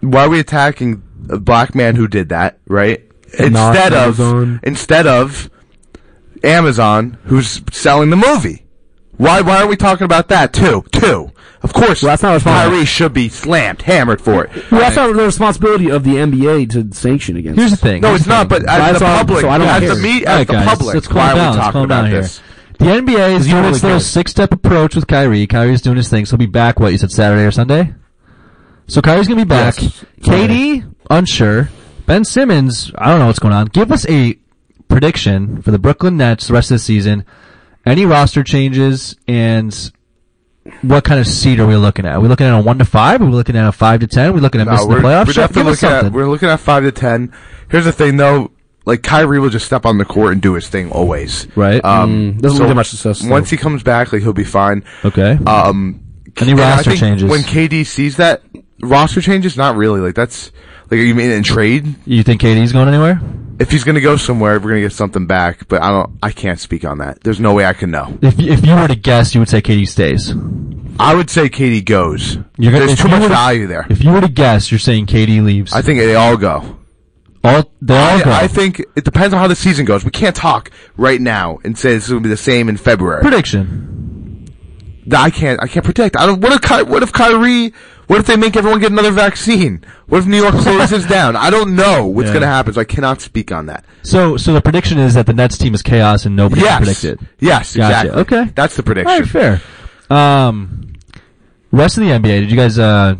C: Why are we attacking a black man who did that? Right.
B: Not
C: Instead of
B: Amazon.
C: instead of Amazon, who's selling the movie. Why? Why are we talking about that too? Too. Of course,
B: Well, that's not responsible.
C: Kyrie should be slammed, hammered for it.
B: Well, that's not the responsibility of the NBA to sanction against.
A: Here's the thing.
C: No,
A: Here's
C: it's
A: the thing.
C: not. But as
B: That's
C: the
B: all-
C: public,
B: so I don't
C: as
B: care.
C: the me,
A: All
C: as
A: right,
C: the
A: guys,
C: public,
A: let's
C: why
A: calm down.
C: are we
A: Let's
C: talking
A: calm
C: about
A: down here.
C: this?
A: The NBA is
C: you
A: doing
C: really
A: its little
C: care.
A: six-step approach with Kyrie. Kyrie's doing his thing. So he'll be back. What you said, Saturday or Sunday? So Kyrie's gonna be back.
B: Yes.
A: Katie, unsure. Ben Simmons, I don't know what's going on. Give us a prediction for the Brooklyn Nets the rest of the season. Any roster changes and what kind of seed are we looking at? Are we looking at a one to five? Are we looking at a five to ten? Are we looking at missing the playoffs? Shit,
C: definitely
A: Give us
C: looking at,
A: something.
C: we're looking at five to ten. Here's the thing, though. Like Kyrie will just step on the court and do his thing always.
A: Right.
C: Um,
B: Mm, doesn't look like much success, though.
C: Once he comes back, like he'll be fine.
A: okay.
C: Um,
A: Any
C: and I
A: roster
C: think
A: changes?
C: when KD sees that roster changes? Not really. Like that's like you mean in trade.
A: you think Katie's going anywhere?
C: If he's gonna go somewhere, we're gonna get something back. But I don't. I can't speak on that. There's no way I can know.
A: If if you were to guess, you would say Katie stays.
C: I would say KD goes.
A: You're gonna-
C: There's
A: if
C: too
A: you
C: much
A: were-
C: value there.
A: If you were to guess, you're saying Katie leaves.
C: I think they all go.
A: all they all
C: I,
A: go.
C: I think it depends on how the season goes. We can't talk right now and say this is going to be the same in February.
A: prediction.
C: I can't. I can't predict. I don't. What if Ky, What if Kyrie? What if they make everyone get another vaccine? What if New York
A: [LAUGHS]
C: closes down? I don't know what's
A: Yeah.
C: going to happen. So I cannot speak on that.
A: So so the prediction is that the Nets team is chaos and nobody
C: Yes.
A: can predict it.
C: Yes.
A: Gotcha.
C: Exactly.
A: Okay.
C: That's the prediction.
A: All right, fair. Um, rest of the NBA. Did you guys uh,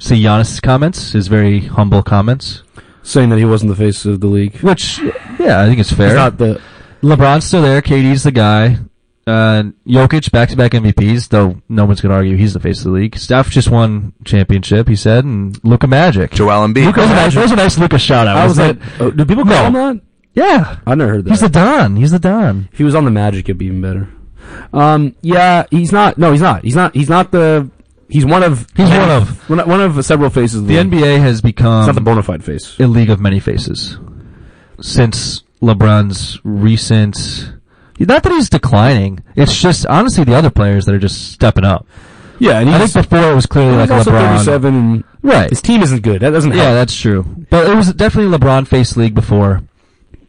A: see Giannis' comments? His very humble comments,
B: saying that he wasn't the face of the league.
A: which yeah, I think it's fair.
B: He's not the
A: LeBron's still there. KD's the guy. Uh, Jokic back-to-back MVPs, though no one's gonna argue he's the face of the league. Steph just won championship, he said, and Luka Magic.
C: Joel Embiid.
A: Luka was, a nice, that was a nice Luka shout out.
B: I was
A: wasn't
B: like,
A: it?
B: oh, do people call
A: No.
B: him that?
A: yeah,
B: I never heard that.
A: he's the Don. He's the Don.
B: if he was on the Magic, it'd be even better. Um, yeah, he's not. No, he's not. He's not. He's not the. He's one of.
A: He's one of.
B: one, one of several faces. Of
A: The
B: the, league.
A: NBA has become
B: It's not the bona fide face.
A: a league of many faces since LeBron's recent. Not that he's declining. It's just honestly the other players that are just stepping up.
B: Yeah, and
A: I think before it was clearly like
B: he's also
A: LeBron.
B: thirty-seven. And
A: Right.
B: his team isn't good. That doesn't
A: [LAUGHS] Yeah,
B: help.
A: that's true. But it was definitely LeBron face league before,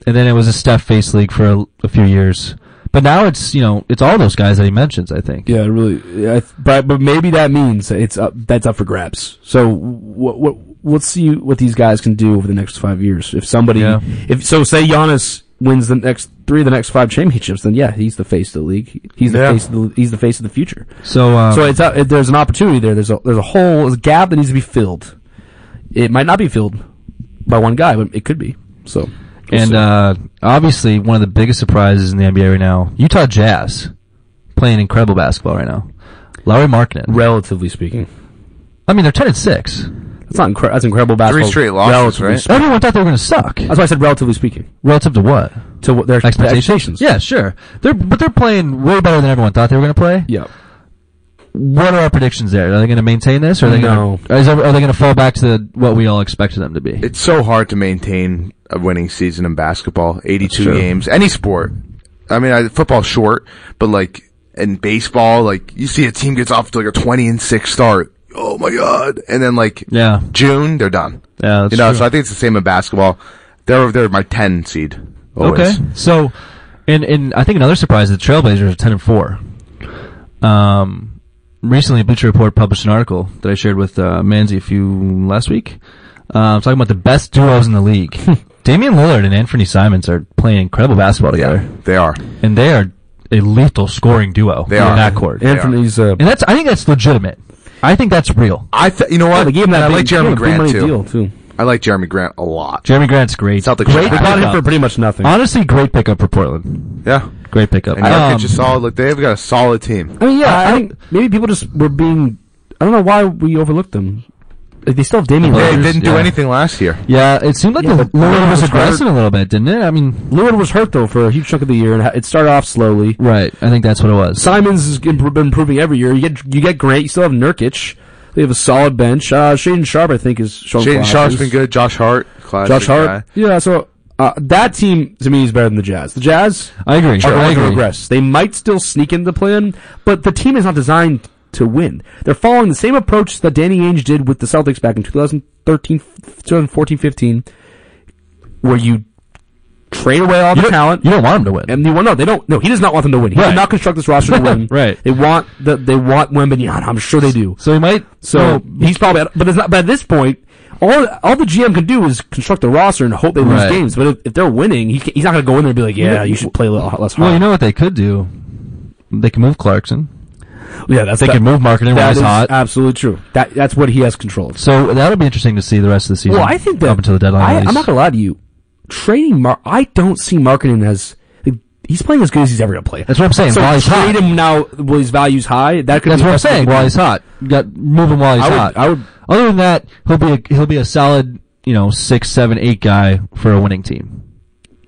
A: and then it was a Steph face league for a, a few years. But now it's you know it's all those guys that he mentions. I think.
B: Yeah, it really. Yeah, I th- but but maybe that means it's up. That's up for grabs. So what what let's see what these guys can do over the next five years. If somebody,
A: Yeah.
B: if so, say Giannis wins the next three of the next five championships, then yeah, he's the face of the league. He's the
C: Yeah.
B: face. Of the, he's the face of the future.
A: So um,
B: so it's up, if there's an opportunity there. There's a there's a hole, there's a gap that needs to be filled. It might not be filled by one guy, but it could be. So we'll
A: and
B: see.
A: uh, obviously one of the biggest surprises in the NBA right now, Utah Jazz, playing incredible basketball right now. Larry Markkinen.
B: relatively speaking,
A: I mean, they're ten and six.
B: that's not incre- that's incredible basketball.
C: straight losses,
B: relatively
C: right?
B: sp-
A: Everyone thought they were going to suck.
B: That's why I said relatively speaking.
A: Relative to what?
B: to what their expectations.
A: Yeah, sure. They're but they're playing way better than everyone thought they were going to play.
B: Yeah.
A: What are our predictions there? Are they going to maintain this? Or are they
B: No.
A: Going to, is, there- are they going to fall back to the, what we all expected them to be?
C: It's so hard to maintain a winning season in basketball. 82
B: true.
C: games, any sport. I mean, I, football's short, but like in baseball, like you see a team gets off to like a 20 and 6 start. Oh my God. And then like
A: yeah,
C: June, they're done.
A: yeah. That's
C: you know,
A: true.
C: so I think it's the same in basketball. They're, they're my 10 seed.
A: Okay.
C: always.
A: So, and and I think another surprise the Trailblazers are ten and four. Um, recently Bleacher Report published an article that I shared with uh, Manzi a few last week, um, talking about the best duos in the league. Damian Lillard and Anthony Simons are playing incredible basketball together,
C: They are.
A: and they are a lethal scoring duo
C: They
A: in
C: are.
A: that court.
C: Yeah.
B: Anthony's. Uh,
A: And that's I think that's legitimate. I think that's real.
C: I th- you know
B: yeah,
C: what?
B: they gave him that
C: I
B: big-
C: like Jeremy
B: big
C: Grant
B: money
C: too.
B: deal too.
C: I like Jeremy Grant a lot.
A: Jeremy Grant's great.
C: Celtics
A: great
C: should have
B: They bought him
A: pickup.
B: for pretty much nothing.
A: Honestly, great pickup for Portland.
C: Yeah.
A: Great pickup.
C: And Jokic
A: Um,
C: is solid. Like they've got a solid team.
B: I mean, yeah, I, think maybe people just were being. I don't know why we overlooked them. Like, they still have Damian.
A: They
C: They
B: Lillard.
A: Lakers,
C: didn't do
A: yeah.
C: anything last year.
A: Yeah, it seemed like
B: Yeah,
A: the
B: but
A: Lillard
B: Lillard
A: was
B: was
A: aggressive a little bit, didn't it? I mean,
B: Lillard was hurt though for a huge chunk of the year, and ha- it started off slowly.
A: right. I think that's what it was.
B: Simons has im- been improving every year. You get you get Grant. You still have Nurkic. They have a solid bench. Uh, Shaden Sharp, I think, is showing
C: Shaden Sharp's
B: flashes.
C: been good. Josh Hart. classic
B: Josh Hart.
C: guy.
B: Yeah, so uh, that team to me is better than the Jazz. The Jazz
A: I agree.
B: are
A: I
B: going to
A: agree.
B: regress. They might still sneak into the plan, but the team is not designed to win. They're following the same approach that Danny Ainge did with the Celtics back in 2013, 2014, 15, where you trade away all the
A: You don't,
B: talent.
A: you don't want him to win.
B: and they want no, they don't. No, he does not want them to win. He
A: Right.
B: did not construct this roster to win.
A: [LAUGHS] Right.
B: They want the, they want Wembenyama. I'm sure they do.
A: So he might.
B: So
A: well,
B: he's probably, but it's not. But at this point, all all the GM can do is construct a roster and hope they lose
A: Right.
B: games. But if, if they're winning, he, ca- he's not going to uh, go in there and be like, "Yeah, you should play a little less hard."
A: well, you know what they could do? They can move Clarkson.
B: Yeah, that's
D: They
B: that-
D: can move marketing when
B: that
D: it's
B: is
D: hot.
B: absolutely true. That that's what he has control of.
A: So that'll be interesting to see the rest of the season.
B: Well, I think that
A: up until the deadline.
B: I,
A: at least.
B: I'm not gonna lie to you. Trading, mar- I don't see marketing as like, he's playing as good as he's ever gonna play.
A: That's what I'm saying.
B: So
A: while he's
B: trade
A: hot,
B: him now. Well, his value's high. That could.
A: that's
B: be
A: what I'm
B: that's
A: saying.
B: what
A: While
B: he
A: he's hot, you got move him while he's
B: I would-
A: hot.
B: I would-
A: Other than that, he'll be a, he'll be a solid you know six, seven, eight guy for a winning team.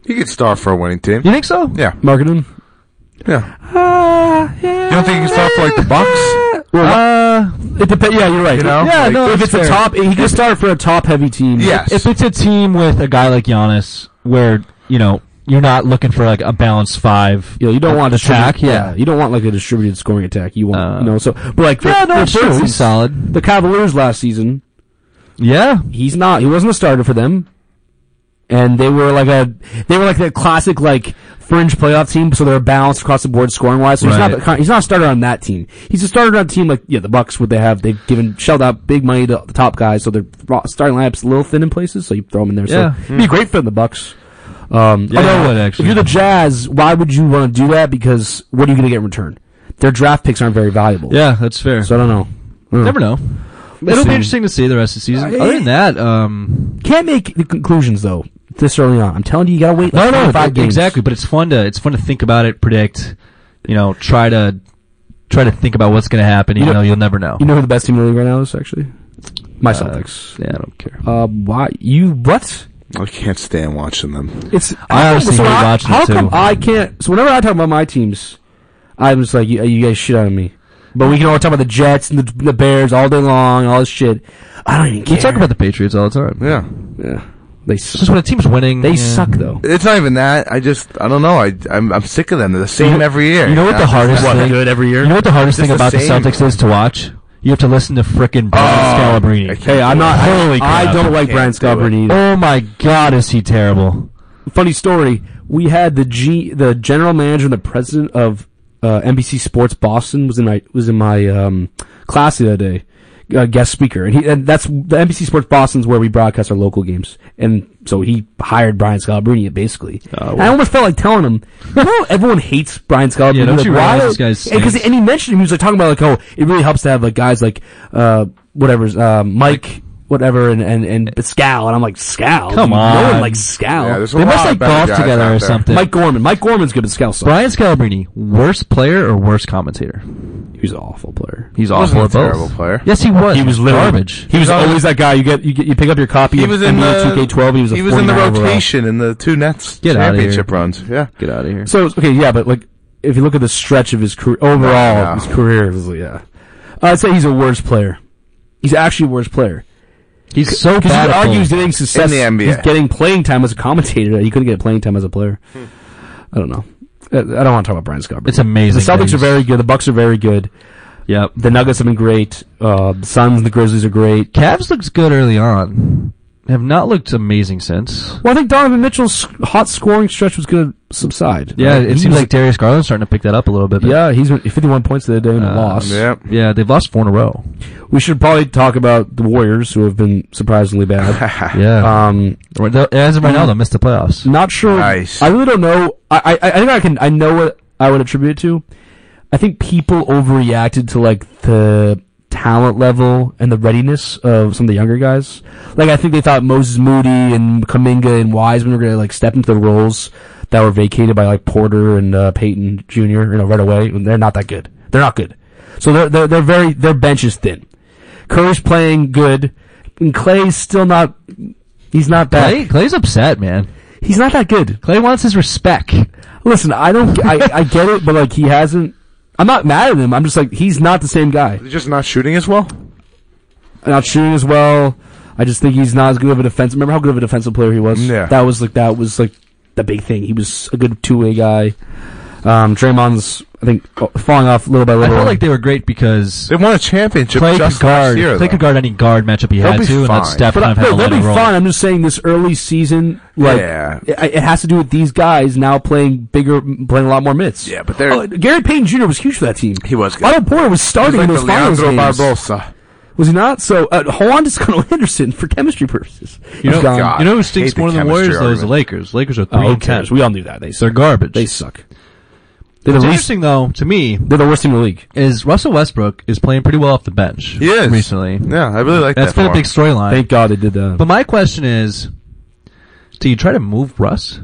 C: He could start for a winning team.
A: You think so?
C: Yeah,
B: could- marketing.
C: yeah.
B: Uh,
C: You don't think he could start for like the Bucks?
A: Uh,
B: It depends. Yeah, you're right.
C: You know?
A: yeah.
C: Like,
A: no,
B: if
A: that's fair.
B: it's a top, he could start for a top-heavy team.
C: Yes.
A: if it's a team with a guy like Giannis, where you know you're not looking for like a balanced five.
B: Yeah, you don't want a
A: Attack,
B: distributed-
A: yeah.
B: you don't want like a distributed scoring attack. You want,
A: Uh,
B: you know, so but like for,
A: Yeah, no,
B: for
A: it's true.
B: instance,
A: He's solid.
B: The Cavaliers last season,
A: Yeah,
B: he's not. He wasn't a starter for them, and they were like a they were like that classic like fringe playoff team. So they're balanced across the board scoring wise. So he's
A: Right.
B: not the- he's not a starter on that team. He's a starter on a team like yeah, the Bucks. What they have, they've given shelled out big money to the top guys. So their raw- starting lineup's a little thin in places. So you throw him in there.
A: Yeah.
B: So it'd be great for the Bucks. Um,
A: Yeah,
B: although,
A: it would, actually.
B: If you're the Jazz, why would you want to do that? Because what are you going to get in return? Their draft picks aren't very valuable.
A: yeah, that's fair.
B: So I don't know. I don't know.
A: Never know. It'll
B: see.
A: be interesting to see the rest of the season.
B: Uh,
A: Other than that, um,
B: Can't make the conclusions though this early on. I'm telling you, you gotta wait. Like
A: no, no,
B: five games.
A: exactly. But it's fun to it's fun to think about it, predict, you know, try to try to think about what's going to happen. Even
B: You know-
A: though you'll never know.
B: You know who the best team in the league right now is actually? My
A: Uh,
B: Celtics.
A: yeah, I don't care.
B: Uh, why you what?
C: I can't stand watching them.
B: It's
A: I honestly
B: so
A: hate
B: I-
A: watching
B: How
A: it, too.
B: come I can't? So whenever I talk about my teams, I'm just like you, you guys shit on me. But we can all talk about the Jets and the, the Bears all day long, all this shit. I don't even care.
A: We talk about the Patriots all the time.
C: Yeah,
B: yeah. They
A: It's
B: suck.
A: just when a team's winning,
B: they
A: yeah.
B: suck though.
C: it's not even that. I just I don't know. I I'm, I'm sick of them. They're the same every year.
A: You know what the hardest
C: What,
A: thing?
C: good
A: every year. You know what the hardest
C: Just
A: thing
C: the
A: about the,
C: same.
A: Celtics is to watch? You have to listen to frickin' Brian Scalabrine.
C: I can't
B: Hey, I'm not.
A: Holy
B: I
A: crap.
B: don't like
C: Can't
B: Brian
C: do it.
B: Scalabrine either.
A: Oh my God, is he terrible?
B: funny story. We had the G, the general manager and the president of uh, NBC Sports Boston was in my was in my um, class the other day, uh, guest speaker, and he and that's the NBC Sports Boston's where we broadcast our local games, and so he hired Brian Scalabrine basically.
A: Oh,
B: And I almost felt like telling him, you know, everyone hates Brian Scalabrine.
A: Yeah, don't
B: like,
A: you realize this guy
B: and, 'cause-
A: stinks?
B: and he mentioned him, he was like talking about like, oh, it really helps to have like guys like uh, whatever's uh, Mike. Whatever and and and Scal and I'm like Scal.
A: Come
B: no one
A: on.
B: likes Scal.
C: Yeah, there's a
A: They
C: lot
A: must like
C: better
A: golf
C: guys
A: together
C: out
A: or
C: there.
A: something.
B: Mike Gorman. Mike Gorman's good at Skelso.
A: Brian Scalabrine, worse player or worse commentator?
B: He's an awful player.
A: He's
C: He
A: awful
C: wasn't a
A: at both.
C: terrible player.
A: Yes, he was.
B: He was literally-
A: garbage.
B: He was always that guy. You get you get you pick up your copy.
C: He
B: of
C: was in
B: NBA
C: the
B: 2K12. He was a
C: He was in the
B: 49 overall.
C: rotation in the two Nets
A: Get outta here.
C: championship runs. Yeah.
A: Get out of here.
B: So okay, yeah, but like if you look at the stretch of his career overall,
C: Yeah.
B: his career, it was, yeah, I'd say he's a worse player. He's actually a worse player
A: He's so
B: because
A: bad.
B: he
A: at
B: argues
A: both.
B: getting success.
C: In the NBA.
B: He's getting playing time as a commentator. He couldn't get playing time as a player. I don't know. I I don't want to talk about Brian Scott.
A: It's amazing.
B: The Celtics
A: that
B: are
A: he's-
B: very good. The Bucks are very good.
A: Yep.
B: The Nuggets have been great. Uh, the Suns and the Grizzlies are great.
A: Cavs looks good early on. Have not looked amazing since.
B: Well, I think Donovan Mitchell's hot scoring stretch was going to subside.
A: Yeah,
B: Right?
A: it
B: He
A: seems
B: was-
A: like Darius Garland's starting to pick that up a little bit. but,
B: yeah, he's 51 points the other day and a
A: Uh,
B: loss.
C: Yeah.
A: Yeah, they've lost four in a row.
B: We should probably talk about the Warriors, who have been surprisingly [LAUGHS] bad.
C: [LAUGHS]
A: Yeah. Mm.
B: um,
A: Uh, Right, though- As of right now, they missed the playoffs.
B: not sure.
C: Nice.
B: I really don't know. I, I I think I can. I know what I would attribute it to. I think people overreacted to like the talent level and the readiness of some of the younger guys. Like I think they thought Moses Moody and Kaminga and Wiseman were gonna like step into the roles that were vacated by like Porter and uh, Peyton Jr. You know right away. And they're not that good. They're not good. So they're they're, they're very their bench is thin. Curry's playing good. And Clay's still not. He's not that.
A: Clay, Clay's upset, man.
B: He's not that good.
A: Clay wants his respect.
B: Listen, I don't. I, I get it, but like he hasn't. I'm not mad at him. I'm just like he's not the same guy.
C: They're just not shooting as well.
B: Not shooting as well. I just think he's not as good of a defense. Remember how good of a defensive player he was?
C: Yeah.
B: That was like that was like the big thing. He was a good two way guy. Um, Draymond's I think oh, falling off little by
A: I
B: little.
A: felt like they were great because
C: They won a championship
A: Clay could
C: just last
A: guard.
C: year.
A: Clay
C: though.
A: could guard any guard matchup he
C: They'll
A: had
C: be
A: to, and
C: fine.
A: that Steph
B: but
A: kind
B: I,
A: of had to
B: no,
A: let
B: they'll be
A: it roll.
B: fun. I'm just saying this early season, like
C: Yeah.
B: it, it has to do with these guys now playing bigger, playing a lot more minutes.
C: Yeah, but they're-
B: oh, Gary Payton Jr. was huge for that team.
C: He was good.
B: Otto Porter was
C: He's
B: starting in
C: like the
B: those finals
C: Leandro
B: games.
C: Barbosa.
B: Was he not? So uh, hold on to [LAUGHS] Scott Anderson for chemistry purposes.
A: You know,
B: He's gone.
C: God.
A: you know who
C: Hate
A: stinks
C: the
A: more than the
C: chemistry
A: Warriors though is
C: argument.
A: the Lakers. Lakers are three
B: Oh, who
A: and ten.
B: cares? We all knew that. They
A: They're
B: suck.
A: garbage.
B: They suck. They're the
A: What's
B: least.
A: interesting though to me
B: They're the worst team in the league.
A: is Russell Westbrook is playing pretty well off the bench.
C: He is.
A: recently.
C: Yeah, I really like
A: That's
C: that. for
A: been a
C: him.
A: big storyline.
B: Thank God they did that.
A: But my question is, do you try to move Russ?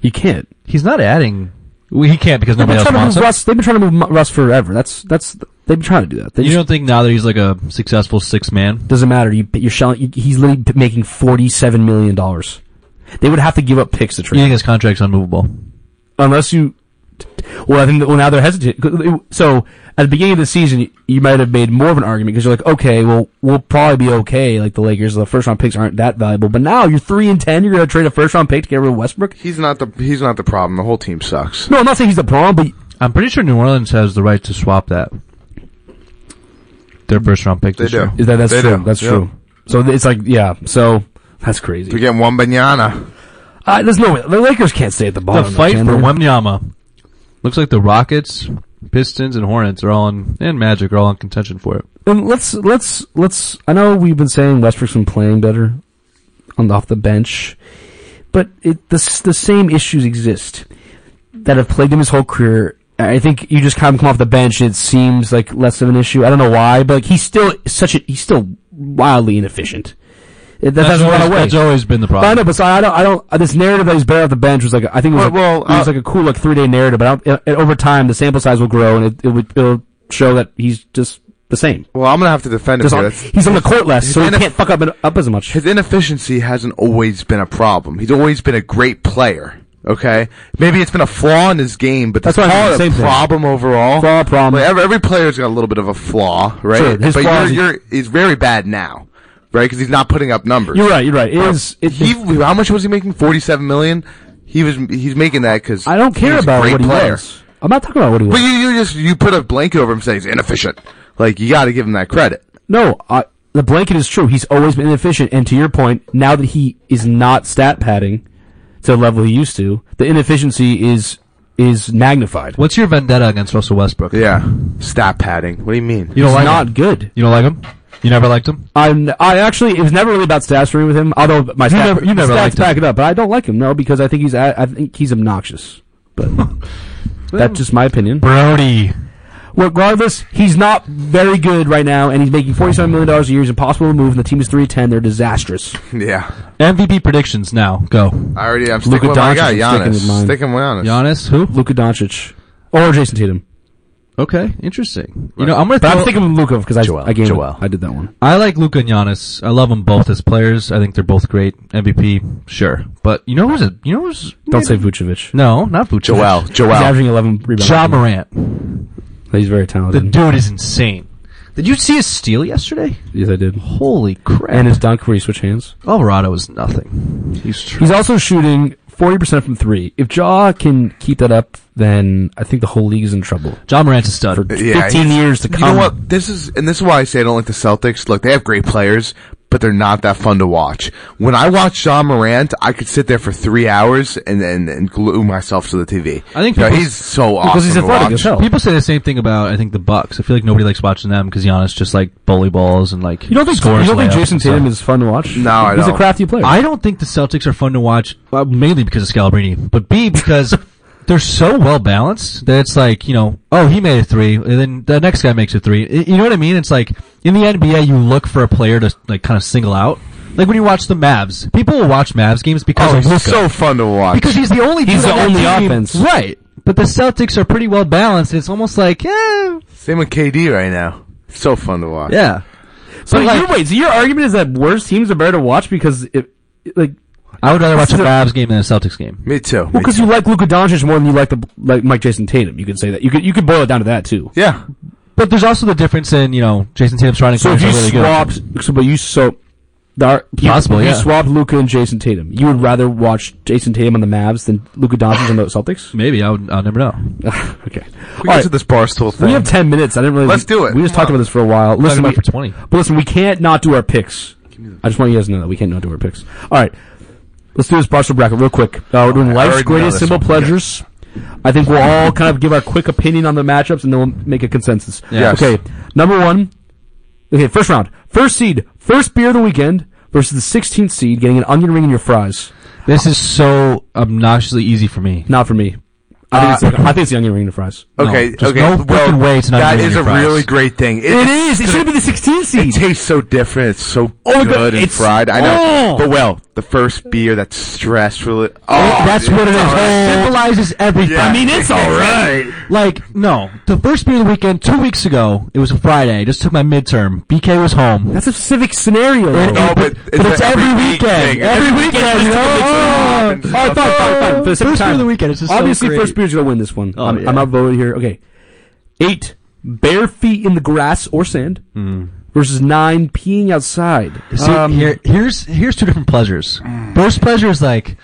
B: you can't.
A: He's not adding. Well, he can't because
B: They've
A: nobody
B: been,
A: else
B: trying to move
A: wants him.
B: Russ, they've been trying to move Mu- Russ forever. That's that's they've been trying to do that. They
A: You
B: just-
A: don't think now that he's like a successful six man?
B: doesn't matter. You, you're shelling. You, he's literally p- making forty-seven million dollars. They would have to give up picks to
A: You
B: trade
A: think his contract's unmovable?
B: unless you. Well, I think that- well now they're hesitant. 'Cause it- So at the beginning of the season, you, you might have made more of an argument because you're like, okay, well we'll probably be okay. Like the Lakers, the first round picks aren't that valuable. But now you're three and ten. You're going to trade a first round pick to get rid of Westbrook.
C: He's not the he's not the problem. The whole team sucks.
B: No, I'm not saying he's the problem,
A: I'm pretty sure New Orleans has the right to swap that. Their first round pick.
C: They
A: this
C: do.
A: year.
B: but is that that's
C: They
B: true?
C: do.
B: That's
C: Yeah.
B: true. So it's like, yeah. So that's
C: They're
B: crazy.
C: getting one banana.
B: Uh, there's no way the Lakers can't stay at the
A: The
B: bottom.
A: fight
B: can
A: for
B: they?
A: Wemnyama. Looks like the Rockets, Pistons, and Hornets are all in, and Magic are all in contention for it.
B: And Um, let's let's let's. I know we've been saying Westbrook's been playing better on off the bench, but it, the s- the same issues exist that have plagued him his whole career. I think you just kind of come off the bench. It seems like less of an issue. I don't know why, but like, he's still such a he's still wildly inefficient. It, that doesn't run
A: always,
B: away.
A: that's always been the
B: But I know,
A: problem.
B: but so I don't. I don't. uh, This narrative that he's better off the bench was like I think it was,
C: Well,
B: like,
C: well,
B: it was
C: uh,
B: like a cool like three day narrative. But I don't, uh, over time, the sample size will grow and it, it would it'll show that he's just the same.
C: Well, I'm gonna have to defend him
B: Just
C: here.
B: on,
C: That's-
B: he's on the court less, so he
C: His NF
B: can't fuck up up as much.
C: his inefficiency hasn't always been a problem. He's always been a great player. Okay, maybe it's been a flaw in his game, but
B: That's
C: to
B: what I
C: call
B: mean,
C: it a
B: same thing.
C: problem overall.
B: Flaw, problem.
C: Like, every, every player's got a little bit of a flaw, right?
B: Sure, his
C: but
B: flaws-
C: you're, you're, he's very bad now, right? Because he's not putting up numbers.
B: You're right. You're right. It is. It,
C: He, how much was he making? Forty-seven million. He was. He's making that because
B: I don't care about what he was. I'm not talking about what he
C: But
B: was.
C: you, you just you put a blanket over him saying he's inefficient. Like you got to give him that credit.
B: No, I, the blanket is true. He's always been inefficient, and to your point, now that he is not stat padding to the level he used to, the inefficiency is is magnified.
A: What's your vendetta against Russell Westbrook?
C: Yeah, stat padding. What do you mean?
A: You don't
B: He's
A: like
B: not
A: him.
B: good.
A: You don't like him. You never liked him.
B: I'm, I actually, it was never really about stats for me with him, although my stat,
A: never- you never
B: stats
A: liked him.
B: back it up, but I don't like him, no, because I think he's, I, I think he's obnoxious. But that's just my opinion.
A: Brody.
B: Regardless, he's not very good right now, and he's making $47 million a year. He's impossible to move, and the team is 310. They're disastrous.
C: [LAUGHS] Yeah,
A: MVP predictions now. Go.
C: I already. I'm
B: Luka
C: sticking with my
B: Doncic
C: guy,
B: is
C: Giannis.
B: sticking
C: Sticking
B: with mine.
C: with,
A: Giannis,
C: Giannis.
A: who?
B: Luka Doncic. Or Jason Tatum.
A: Okay, interesting. You know, I'm gonna.
B: But I'm
A: Throw,
B: thinking of Luka because I,
A: Joel,
B: I gave
A: Joel.
B: I did that one.
A: I like Luka and Giannis. I love them both as players. I think they're both great. MVP, sure. But you know who's a you know who's
B: Don't say Vucevic.
A: no, not Vucevic.
C: Joel.
B: He's
C: Joel.
B: averaging 11 rebounds.
A: Ja Morant.
B: He's very
A: The
B: talented.
A: dude is insane. Did you see his steal yesterday?
B: yes, I did.
A: Holy crap!
B: And his dunk where he switched hands.
A: Alvarado is nothing. He's true.
B: He's also shooting 40% from three. If Jaw can keep that up, then I think the whole league is in trouble.
A: John Morant's a stud.
B: For
C: Yeah,
B: 15
C: he's-
B: years to
C: You
B: come.
C: know what? This is and this is why I say I don't like the Celtics. Look, they have great players, but they're not that fun to watch. When I watch Sean Morant, I could sit there for three hours and and, and glue myself to the TV.
A: I think
C: You know,
A: people-
C: he's so awesome
B: Because he's
C: to
B: athletic
C: watch.
B: as hell.
A: People say the same thing about I think the Bucks. I feel like nobody likes watching them because Giannis just like bully balls and like
B: You don't think,
A: scores
B: you don't think
A: layups
B: Jason
A: and stuff.
B: Tatum is fun to watch?
C: No, I
B: He's a
C: don't.
B: crafty player.
A: I don't think the Celtics are fun to watch, well, mainly because of Scalabrini, but B
B: [LAUGHS]
A: because they're so well balanced that it's like you know, oh he made a three, and then the next guy makes a three. I- You know what I mean? It's like in the NBA, you look for a player to like kind of single out. Like when you watch the Mavs, people will watch Mavs games because
C: Oh,
A: of Luka.
C: he's so fun to watch.
A: because he's the only
B: He's
A: dude
B: the
A: on that
B: only
A: team.
B: offense.
A: right? But the Celtics are pretty well balanced. and It's almost like eh,
C: Same with KD right now. So fun to watch.
A: yeah.
B: so
A: but, like-
B: your, wait, so your argument is that worse teams are better to watch because it, like,
A: I would rather watch a
B: This is a-
A: Mavs game than a Celtics game.
C: Me too. Me
B: because
C: too.
B: you like Luka Doncic more than you like the like Mike Jason Tatum. You could say that. You could you could boil it down to that too.
C: yeah.
A: But there's also the difference in you know Jason Tatum's running
B: So if
A: quarters
B: you
A: are really good.
B: swapped, so, but you so the, ar- you,
A: Possible,
B: you
A: yeah.
B: swapped Luka and Jason Tatum. You would rather watch Jason Tatum on the Mavs than Luka Doncic on the Celtics. [LAUGHS]
A: Maybe I would. I'll never know.
B: okay,
C: We
B: All
C: get
B: right.
C: to this barstool thing.
B: We have ten minutes. I didn't really.
C: Let's do it.
B: We just talked about this for a while. Listen,
A: about for
B: we-
A: 20.
B: But listen, we can't not do our picks. I just want you guys to know that we can't not do our picks. All right, let's do this partial bracket real quick. Uh, we're doing life's
C: already know
B: greatest
C: this
B: simple
C: one.
B: pleasures. I think we'll all kind of give our quick opinion on the matchups, and then we'll make a consensus.
A: Yes.
B: Okay. Number one. Okay, first round. First seed, first beer of the weekend versus the 16th seed, getting an onion ring in your fries.
A: This is so obnoxiously easy for me.
B: Not for me. I think,
C: Uh,
B: it's, I think it's the onion ring to fries.
C: Okay,
A: No, there's
C: okay.
A: no fucking way it's not
C: that
A: onion
C: is a
A: ring fries.
C: really great thing. It,
B: It should have been the 16
C: It tastes so different. It's so
B: Oh my
C: good
B: God,
C: and
B: it's-
C: fried. I know.
B: oh.
C: But well, the first beer that's stressful. Oh,
A: That's
C: dude,
A: what it is.
C: it's all right.
A: It symbolizes everything.
C: Yeah.
B: it's all right.
A: Like, no. The first beer of the weekend, two weeks ago, it was a Friday. Just took my midterm. BK was home.
B: That's a specific scenario.
A: It-
C: No,
A: it-
C: but
A: [LAUGHS] but
C: it's
A: it's every
C: every
A: weekend.
C: weekend.
A: Every
C: Every
A: weekend,
C: weekend,
A: you know?
C: it's
A: Oh,
C: different.
B: All right, fine, fine, fine. For the second
A: First beer
B: time.
A: of the weekend. It's just so
B: Obviously,
A: great.
B: first beer's gonna win this one.
D: Oh,
B: I'm,
D: yeah.
B: I'm outvoted here. Okay, eight bare feet in the grass or sand
A: Hmm.
B: versus nine peeing outside.
A: See, here, here's here's two different pleasures. First pleasure is like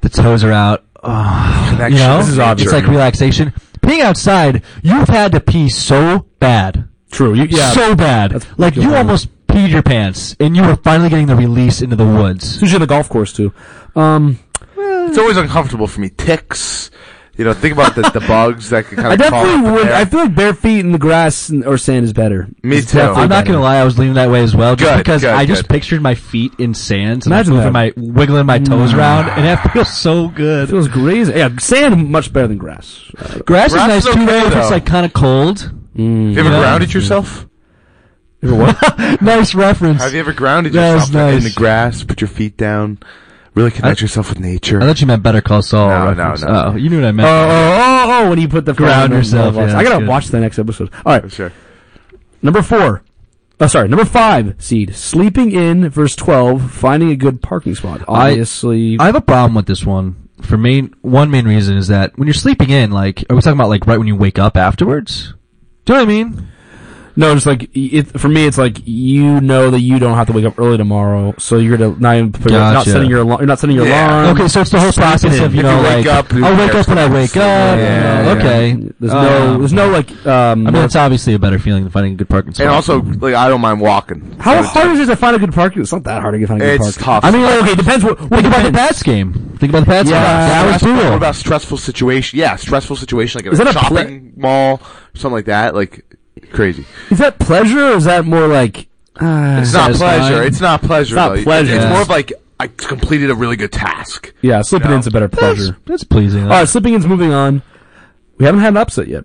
A: the toes are out. Oh, you
C: Connection.
A: know,
C: This is
A: it's
C: obvious.
A: like relaxation. Being outside, you've had to pee so bad,
B: True. You, yeah.
A: so bad,
B: That's-
A: like you
B: you're right.
A: almost peed your pants, and you were finally getting the release into the woods.
B: Especially on the golf course too. Um,
C: It's always uncomfortable for me. Ticks. You know, think about the, the bugs that could kind
B: I
C: of
B: definitely would. I feel like bare feet in the grass and- or sand is better.
C: Me
B: It's
C: too.
B: definitely
A: I'm not
B: better.
A: gonna lie, I was leaning that way as well, just
C: Good,
A: because
C: good,
A: I just
C: good.
A: pictured my feet in sand, and I was
B: Imagine
A: moving
B: that.
A: my wiggling my toes around, and that [LAUGHS] feels so good.
B: It feels great. Yeah, sand much better than grass. Uh,
A: grass,
C: Grass
A: is nice
C: is
A: too,
C: okay,
A: if it's
C: though.
A: like kind of cold.
B: Mm.
C: you ever
A: Yeah.
C: grounded yourself?
A: [LAUGHS] [COUGHS] nice reference.
C: Have you ever grounded
A: That was
C: yourself like, in
A: nice.
C: the grass? Put your feet down. Really connect yourself with nature.
A: I thought you meant Better Call Saul.
C: No, no,
A: reference.
C: no.
A: Oh, you knew what I meant.
B: Oh, oh, oh, oh, when you put the
A: Ground
B: phone in,
A: yourself,
B: blah, blah, blah.
A: yeah,
B: I gotta
A: that's good.
B: watch the next episode. All right,
C: Sure.
B: Number four. Oh, sorry. Number five seed. Sleeping in, verse 12, finding a good parking spot.
A: I-
B: Obviously.
A: I have a problem with this one. For main one main reason is that when you're sleeping in, like, are we talking about like right when you wake up afterwards? Do you know what I mean?
B: no, just like, it, for me, it's like, you know that you don't have to wake up early tomorrow, so you're gonna not even, you're not
A: Gotcha.
B: setting your alarm, you're not setting your
C: Yeah.
B: alarm.
A: Okay, so it's the whole
B: Sleeping
A: process of
B: in.
A: you
C: If
A: know
C: you
A: like
C: wake up, you
A: I'll wake
C: care
A: up when I wake up.
C: something.
B: Yeah, yeah.
A: okay.
B: There's no,
A: Um,
B: there's no like, um,
A: I mean, it's obviously a better feeling than finding a good parking spot.
C: And also, like, I don't mind walking.
B: how hard is it to find a good parking? It's not that hard to find a good
C: It's
B: parking.
C: tough.
A: I mean, like,
B: Okay, depends what, what
A: think about the
B: depends.
A: Pats game. Think about the Pats
B: Yeah.
A: game. That was
C: Stressful- What
A: brutal.
C: about stressful situation? Yeah, stressful situation like at
B: Is
C: a
B: that a pla-
C: shopping mall, something like that. Like crazy.
B: Is that pleasure or is that more like, uh,
C: It's not
A: Satisfying.
C: pleasure. It's not pleasure.
B: not
C: though. It's-
B: pleasure.
C: It's
A: Yeah.
C: more of like I completed a really good task.
B: yeah, sleeping
C: No.
B: in's a better
A: That's,
B: pleasure.
A: that's pleasing.
B: All right, slipping in's moving on. We haven't had an upset yet.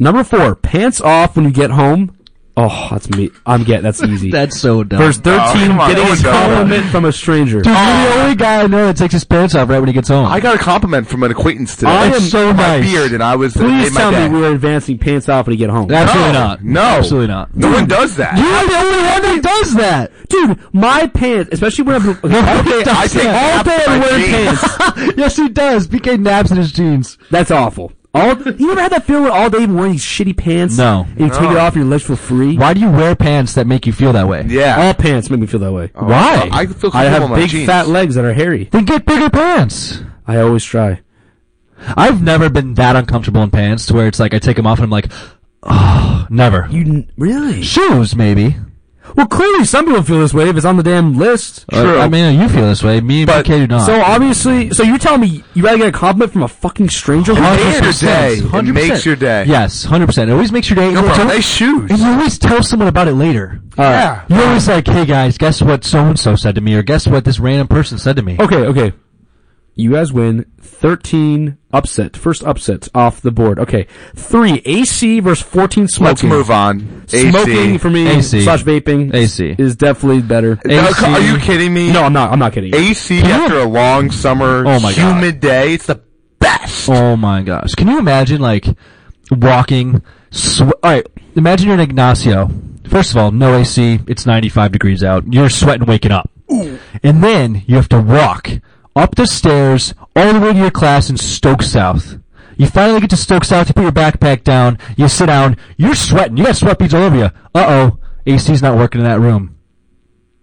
B: Number four, pants off when you get home. Oh, that's me. I'm getting that's easy.
A: that's so dumb.
B: Verse 13,
C: Oh, come on,
B: getting
C: no
B: a
C: one's done that.
B: compliment from a stranger.
A: Dude, you're the only guy I know that takes his pants off right when he gets home.
C: Oh. I got a compliment from an acquaintance today.
B: I
C: It's
B: am-
A: so
C: my
A: nice.
C: beard, and I was it
B: Please
C: made my
B: tell
C: day.
B: me we were advancing pants off when you get home.
A: Absolutely
C: No,
A: not.
C: No,
A: Absolutely not.
C: No one does that.
A: You're the only one that does that.
B: Dude, my pants, especially when I'm okay,
A: [LAUGHS]
C: [LAUGHS]
B: all day,
A: does
B: I take
C: that.
B: all day
C: My
B: I'm wearing
C: jeans.
B: pants.
A: [LAUGHS] yes, he does. BK naps in his jeans.
B: That's awful. All you ever had that feeling all day even wearing these shitty pants?
A: No.
B: And you take it off and your legs feel free.
A: Why do you wear pants that make you feel that way?
C: Yeah.
B: All pants make me feel that way.
A: Why?
C: I feel comfortable
B: I
C: in
B: have
C: my
B: big
C: jeans.
B: fat legs that are hairy.
A: Then get bigger pants.
B: I always try.
A: I've never been that uncomfortable in pants to where it's like I take them off and I'm like, oh, never.
B: You n- really?
A: Shoes, maybe.
B: Well, clearly some people feel this way if it's on the damn list.
A: Uh, I mean, you feel this way. Me and
C: But-
A: BK do not.
B: So obviously, so you're telling me you rather get a compliment from a fucking stranger? who
C: Hundred
B: hates
C: your
B: yourself?
C: day. It
A: 100%.
C: makes your day.
A: Yes, hundred percent. It always makes your day. and,
C: No
A: you
C: problem.
A: tell-
C: Nice shoes.
A: and you always tell someone about it later.
C: Yeah.
A: You're always like, hey guys, guess what so and so said to me, or guess what this random person said to me.
B: Okay, okay. You guys win. Thirteen upset. First upset off the board. Okay, three AC versus fourteen smoking.
C: Let's move on.
B: Smoking
C: AC.
B: for me
A: AC.
B: slash vaping
A: AC.
B: is definitely better.
C: No,
A: AC.
C: Are you kidding me?
B: No, I'm not. I'm not kidding. you.
C: AC after a long summer,
A: Oh my God.
C: humid day, it's the best.
A: Oh my gosh. Can you imagine like walking sw- all right, imagine you're in Ignacio. First of all, no AC, it's 95 degrees out. You're sweating waking up. And then you have to walk up the stairs all the way to your class in Stoke South. You finally get to Stoke South, you put your backpack down, you sit down, you're sweating, you got sweat beads all over you. Uh-oh, AC's not working in that room.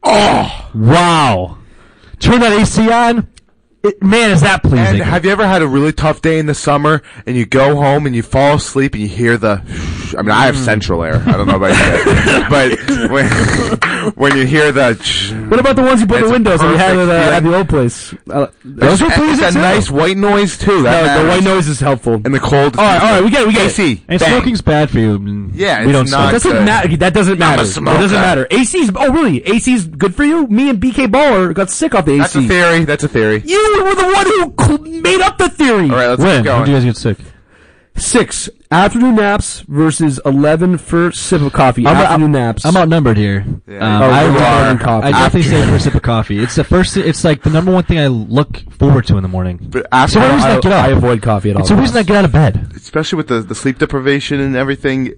A: Oh! Wow. Turn that AC on. It, man, is that pleasing.
C: And have you ever had a really tough day in the summer and you go home and you fall asleep and you hear the? I mean, I have
B: Hmm.
C: central air. I don't know about you,
B: [LAUGHS]
C: guys. but when, when you hear the,
B: What about the ones you put in
C: It's
B: the
C: a
B: windows that we had at,
C: perfect
B: uh, at
C: feeling.
B: the old place? Uh,
C: it's,
B: those were
C: it's
B: pleasing
C: that
B: too.
C: nice white noise
B: No,
C: too. That
B: the
C: matters.
B: white noise is helpful.
C: and the cold.
B: All right, all right, we get it, we get it.
C: AC.
A: And
C: bang.
A: smoking's bad for you. and
C: Yeah,
A: we
C: it's
A: don't
C: not-
A: smoke.
B: Doesn't
C: Okay.
B: matter. That doesn't matter. It
C: uh, smoker.
B: doesn't matter. AC's. Oh, really? AC's good for you. Me and BK Baller got sick off the
C: That's
B: AC.
C: a theory. That's a theory.
B: You were the one who cl- made up the theory.
C: All right, let's
A: When?
C: keep going.
A: When do you guys get sick?
B: Six afternoon naps versus eleven first sip of coffee.
A: I'm-
B: afternoon naps.
A: I'm outnumbered here.
C: Yeah.
A: Um,
C: Oh,
A: I,
C: you
A: would-
C: are.
A: I definitely say for a sip of coffee. It's the first. It's like the number one thing I look forward to in the morning. So
C: But
A: why
C: after,
A: don't we-
B: I,
A: reason I get up.
B: I avoid coffee at all.
A: It's the reason I
B: costs.
A: get out of bed.
C: especially with the, the sleep deprivation and everything,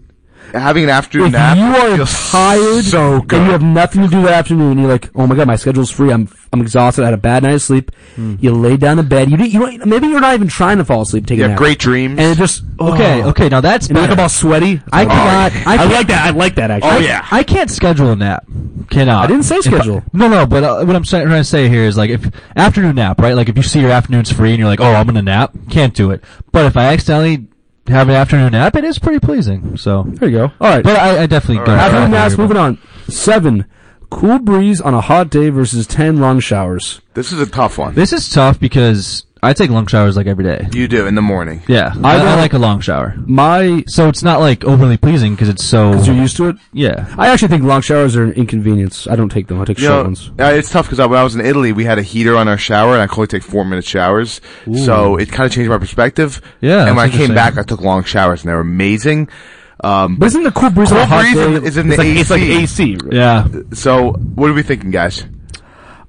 C: having an afternoon
B: If
C: nap.
B: you are
C: feels
B: tired
C: So good.
B: and you have nothing to do that afternoon, you're like, oh my god, my schedule's free. I'm I'm exhausted. I had a bad night of sleep. You lay down in bed. You, didn't- you don't, maybe you're not even trying to fall asleep. Take a
C: yeah,
B: nap.
C: great dreams.
B: And it just
A: Okay,
B: oh.
A: okay. Now that's
B: And
A: better.
B: talk about sweaty. Oh,
A: I cannot. I,
B: I
A: can't-
B: like that. I like that actually.
C: Oh, yeah.
A: I can't schedule a nap. Cannot.
B: I didn't say
A: If
B: schedule.
A: no, no. But uh, what I'm sa- trying to say here is like if afternoon nap, right? Like if you see your afternoons free and you're like, oh, I'm gonna nap, can't do it. But if I accidentally have an afternoon nap, it is pretty pleasing. So,
B: There you go. All right.
A: but I, I definitely
C: All
A: go.
C: right.
B: Afternoon naps. Moving on. Seven. Cool breeze on a hot day versus ten long showers.
C: this is a tough one.
A: This is tough because I take long showers like every day.
C: you do in the morning.
A: Yeah, I,
B: I
A: I
B: don't-
A: like a long shower.
B: My,
A: So it's not like overly pleasing because it's so.
B: because you're used to it.
A: yeah.
B: I actually think long showers are an inconvenience. I don't take them. I take
C: You
B: short
C: know,
B: ones.
C: uh, it's tough because when I was in Italy, we had a heater on our shower, and I could only take four minute showers. So it kind of changed my perspective.
A: Yeah,
C: And when I
A: that's
C: came back,
A: interesting.
C: I took long showers, and they were amazing. Um,
B: But isn't the cool breeze on a
C: Cool
B: hot
C: breeze
B: day?
C: is in
B: it's
C: the
B: like, It's like
C: AC.
B: AC.
A: Yeah.
C: so what are we thinking, guys?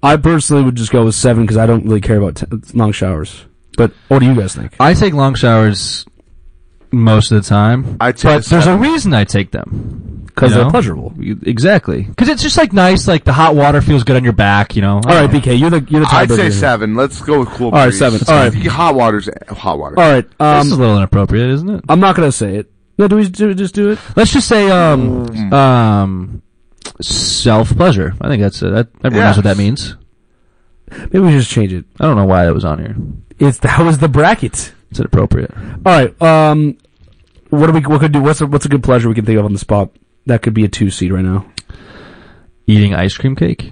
B: I personally would just go with seven because I don't really care about t- long showers. But what do you guys
C: Uh,
B: think?
A: I take long showers most of the time.
C: I'd say
A: but
C: the
A: there's a
C: seven.
A: reason I take them.
B: Because
A: You
B: they're
A: know?
B: pleasurable.
A: Exactly. Because it's just like nice, like the hot water feels good on your back, you know?
B: All right, BK, you're the you're the
C: I'd
B: tiebreaker
C: say
B: here.
C: seven. Let's go with cool.
B: All right,
C: breeze.
B: seven. All right.
C: The Hot water's hot water.
B: All right,
A: this is a
B: um,
A: little inappropriate, isn't it?
B: I'm not gonna say it. No, do we do, we just do it?
A: Let's just say,
C: Mm.
A: um,
B: Mm.
A: um, self pleasure. I think that's it. That, everyone knows what
C: Yeah.
A: that means.
B: Maybe we just change it.
A: I don't know why that was on here.
B: It's that was the bracket.
A: It's inappropriate.
B: All right, um, what do we what could do? What's a, what's a good pleasure we can think of on the spot? That could be a two seed right now.
A: Eating ice cream cake.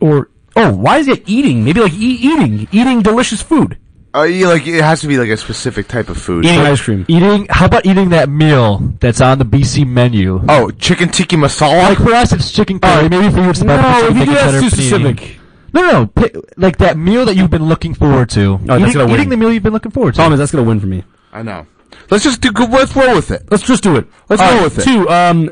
B: Or oh, why is it eating? Maybe like e- eating eating delicious food.
C: Uh, yeah, like it has to be like a specific type of food.
B: Eating ice cream.
A: Eating, how about eating that meal that's on the BC menu?
C: Oh, chicken tikka
B: [LAUGHS]
C: masala.
A: Like for us, it's chicken curry. Maybe for you, it's barbecue
B: Oh. No, if
A: chicken
B: you do
A: bacon
B: that's
A: cheddar
B: too
A: panini.
B: specific.
A: No, no, no, pi- like that meal that you've been looking forward to.
B: Oh, that's
A: eating,
B: gonna win.
A: eating the meal you've been looking forward to.
B: Thomas, that's gonna win for me.
C: I know. Let's just do. good- Let's roll with it.
B: Let's just do it. Let's
C: All
B: go
C: right,
B: with it. Two, um,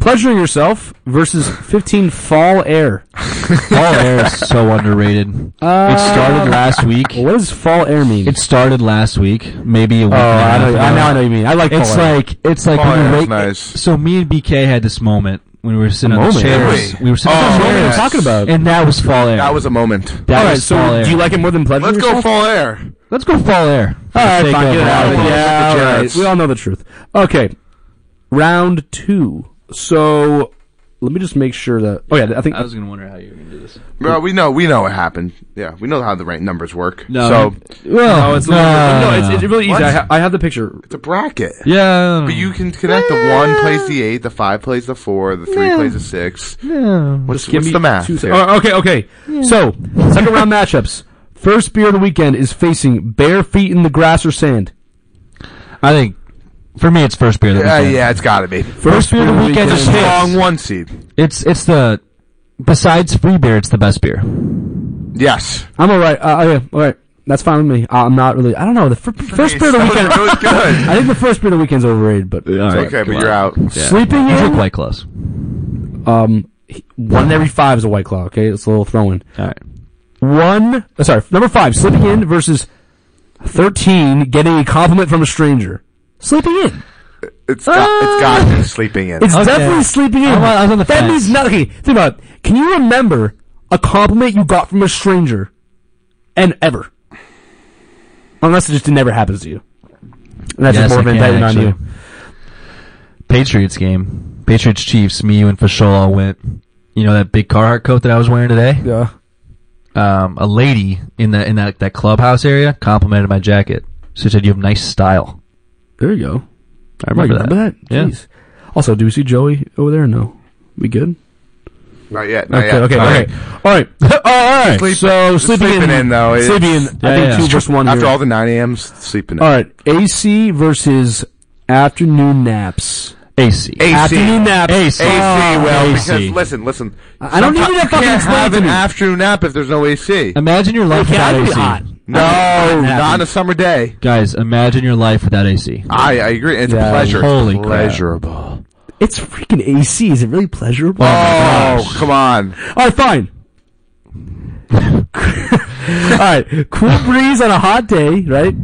B: pleasure yourself [SIGHS] versus 15 fall air.
A: Fall air is so [LAUGHS]
C: [LAUGHS]
A: underrated. it started last week.
B: Uh, What does fall air mean?
A: It started last week, maybe a week.
B: oh,
A: and a
B: I
A: half
B: know,
A: ago.
B: I, now I know what you mean. I like
A: It's
B: fall air.
A: like it's like
C: Fall
A: when
C: air
A: you
C: is
A: wake-
C: nice.
A: So me and BK had this moment when we were sitting on the
B: moment?
A: chairs.
C: Really?
A: We were sitting
C: Oh,
A: on the
B: What are you
C: yes.
A: chairs,
B: talking about?
A: and that was fall air.
C: That was a moment.
A: that
B: All right,
A: was
B: so
A: fall air.
B: do you like it more than pleasure
C: Let's go
B: yourself?
C: fall air.
A: Let's go fall air.
B: All right, fine,
A: Take
B: get it
A: over.
B: out of it.
C: Let's
B: Yeah,
C: go with the
B: all right.
C: Jets.
B: We all know the truth. Okay, round two. So let me just make sure that. Oh yeah, I think
A: I was gonna wonder how you were gonna do this.
C: Bro, we know. We know what happened. Yeah, we know how the right numbers work.
A: No.
C: So
A: Well,
B: no, Oh, it's
A: no,
B: no, it's, it's really
C: What?
B: easy. I, ha- I have the picture.
C: it's a bracket.
A: yeah.
C: But you can connect the one plays the eight, the five plays the four, the three
A: Yeah.
C: plays the six.
A: Yeah.
C: What's,
B: Give
C: what's
B: me
C: the math?
B: two-
C: here?
B: Oh, okay, okay. So, second round matchups. First beer of the weekend is facing bare feet in the grass or sand.
A: I think for me, it's first beer. That
C: Yeah,
A: we did.
C: yeah, it's got to be.
A: First beer of the weekend is
C: It's a strong
A: strong.
C: one seed.
A: It's it's the besides free beer, it's the best beer.
C: Yes.
B: I'm all right. Uh, okay, all right. That's fine with me. Uh, I'm not really. I don't know. The fir- first beer of the
C: That was
B: weekend.
C: [LAUGHS] really
B: [LAUGHS]
C: good.
B: I think the first beer of the weekend's overrated, but
C: okay, but you're out.
B: sleeping
A: You
B: in.
A: look quite close.
B: Um, he- one in every five is a white claw. Okay, it's a little throw-in.
A: All right.
B: One. uh, Sorry, number five. Sleeping in versus thirteen. Getting a compliment from a stranger. Sleeping in.
C: It's got, it's got to be sleeping in.
B: It's
A: Okay.
B: definitely sleeping in.
A: I'm on- I was on the
B: that
A: fence.
B: means nothing. Think about it. Can you remember a compliment you got from a stranger, and ever? Unless it just never happens to you. And that's
A: Yes,
B: just more
A: I
B: of an
A: can,
B: indictment on you.
A: actually. Patriots game. Patriots Chiefs. Me, you, and Fashola went. You know that big Carhartt coat that I was wearing today.
B: Yeah.
A: Um, a lady in the in that that clubhouse area complimented my jacket. She said, "You have nice style."
B: There you go.
A: I remember, that. Yeah.
B: Jeez. Also, do we see Joey over there? No. We good?
C: not yet. Not
B: okay.
C: yet.
B: Okay.
C: All
B: Okay.
C: right.
B: All right. [LAUGHS] all right.
C: Sleep-
B: so sleeping,
C: sleeping
B: in,
C: in, though, is-
B: Sleeping in. I
A: Yeah,
B: think
A: yeah.
B: two versus one.
C: After
B: here.
C: all the 9 a.m. sleeping in.
B: all right. AC versus afternoon naps.
A: AC.
C: AC.
B: Afternoon Oh, nap.
A: AC.
C: AC, well,
A: AC.
C: because listen, listen.
B: I I don't need you to
C: Sometimes
B: fucking
C: you can't
B: explain
C: have
B: to
C: an
B: me.
C: afternoon nap if there's no AC.
A: Imagine your life
B: Okay,
A: without
B: I'd be
A: AC.
B: hot.
C: no, not on a summer day.
A: Guys, imagine your life without AC.
C: I, I agree. It's
B: Yeah,
C: pleasure.
A: holy crap.
C: pleasurable.
B: It's freaking AC. Is it really pleasurable?
C: Oh, come on.
B: All right, fine. [LAUGHS] All right,
C: [LAUGHS]
B: cool breeze on a hot day, right?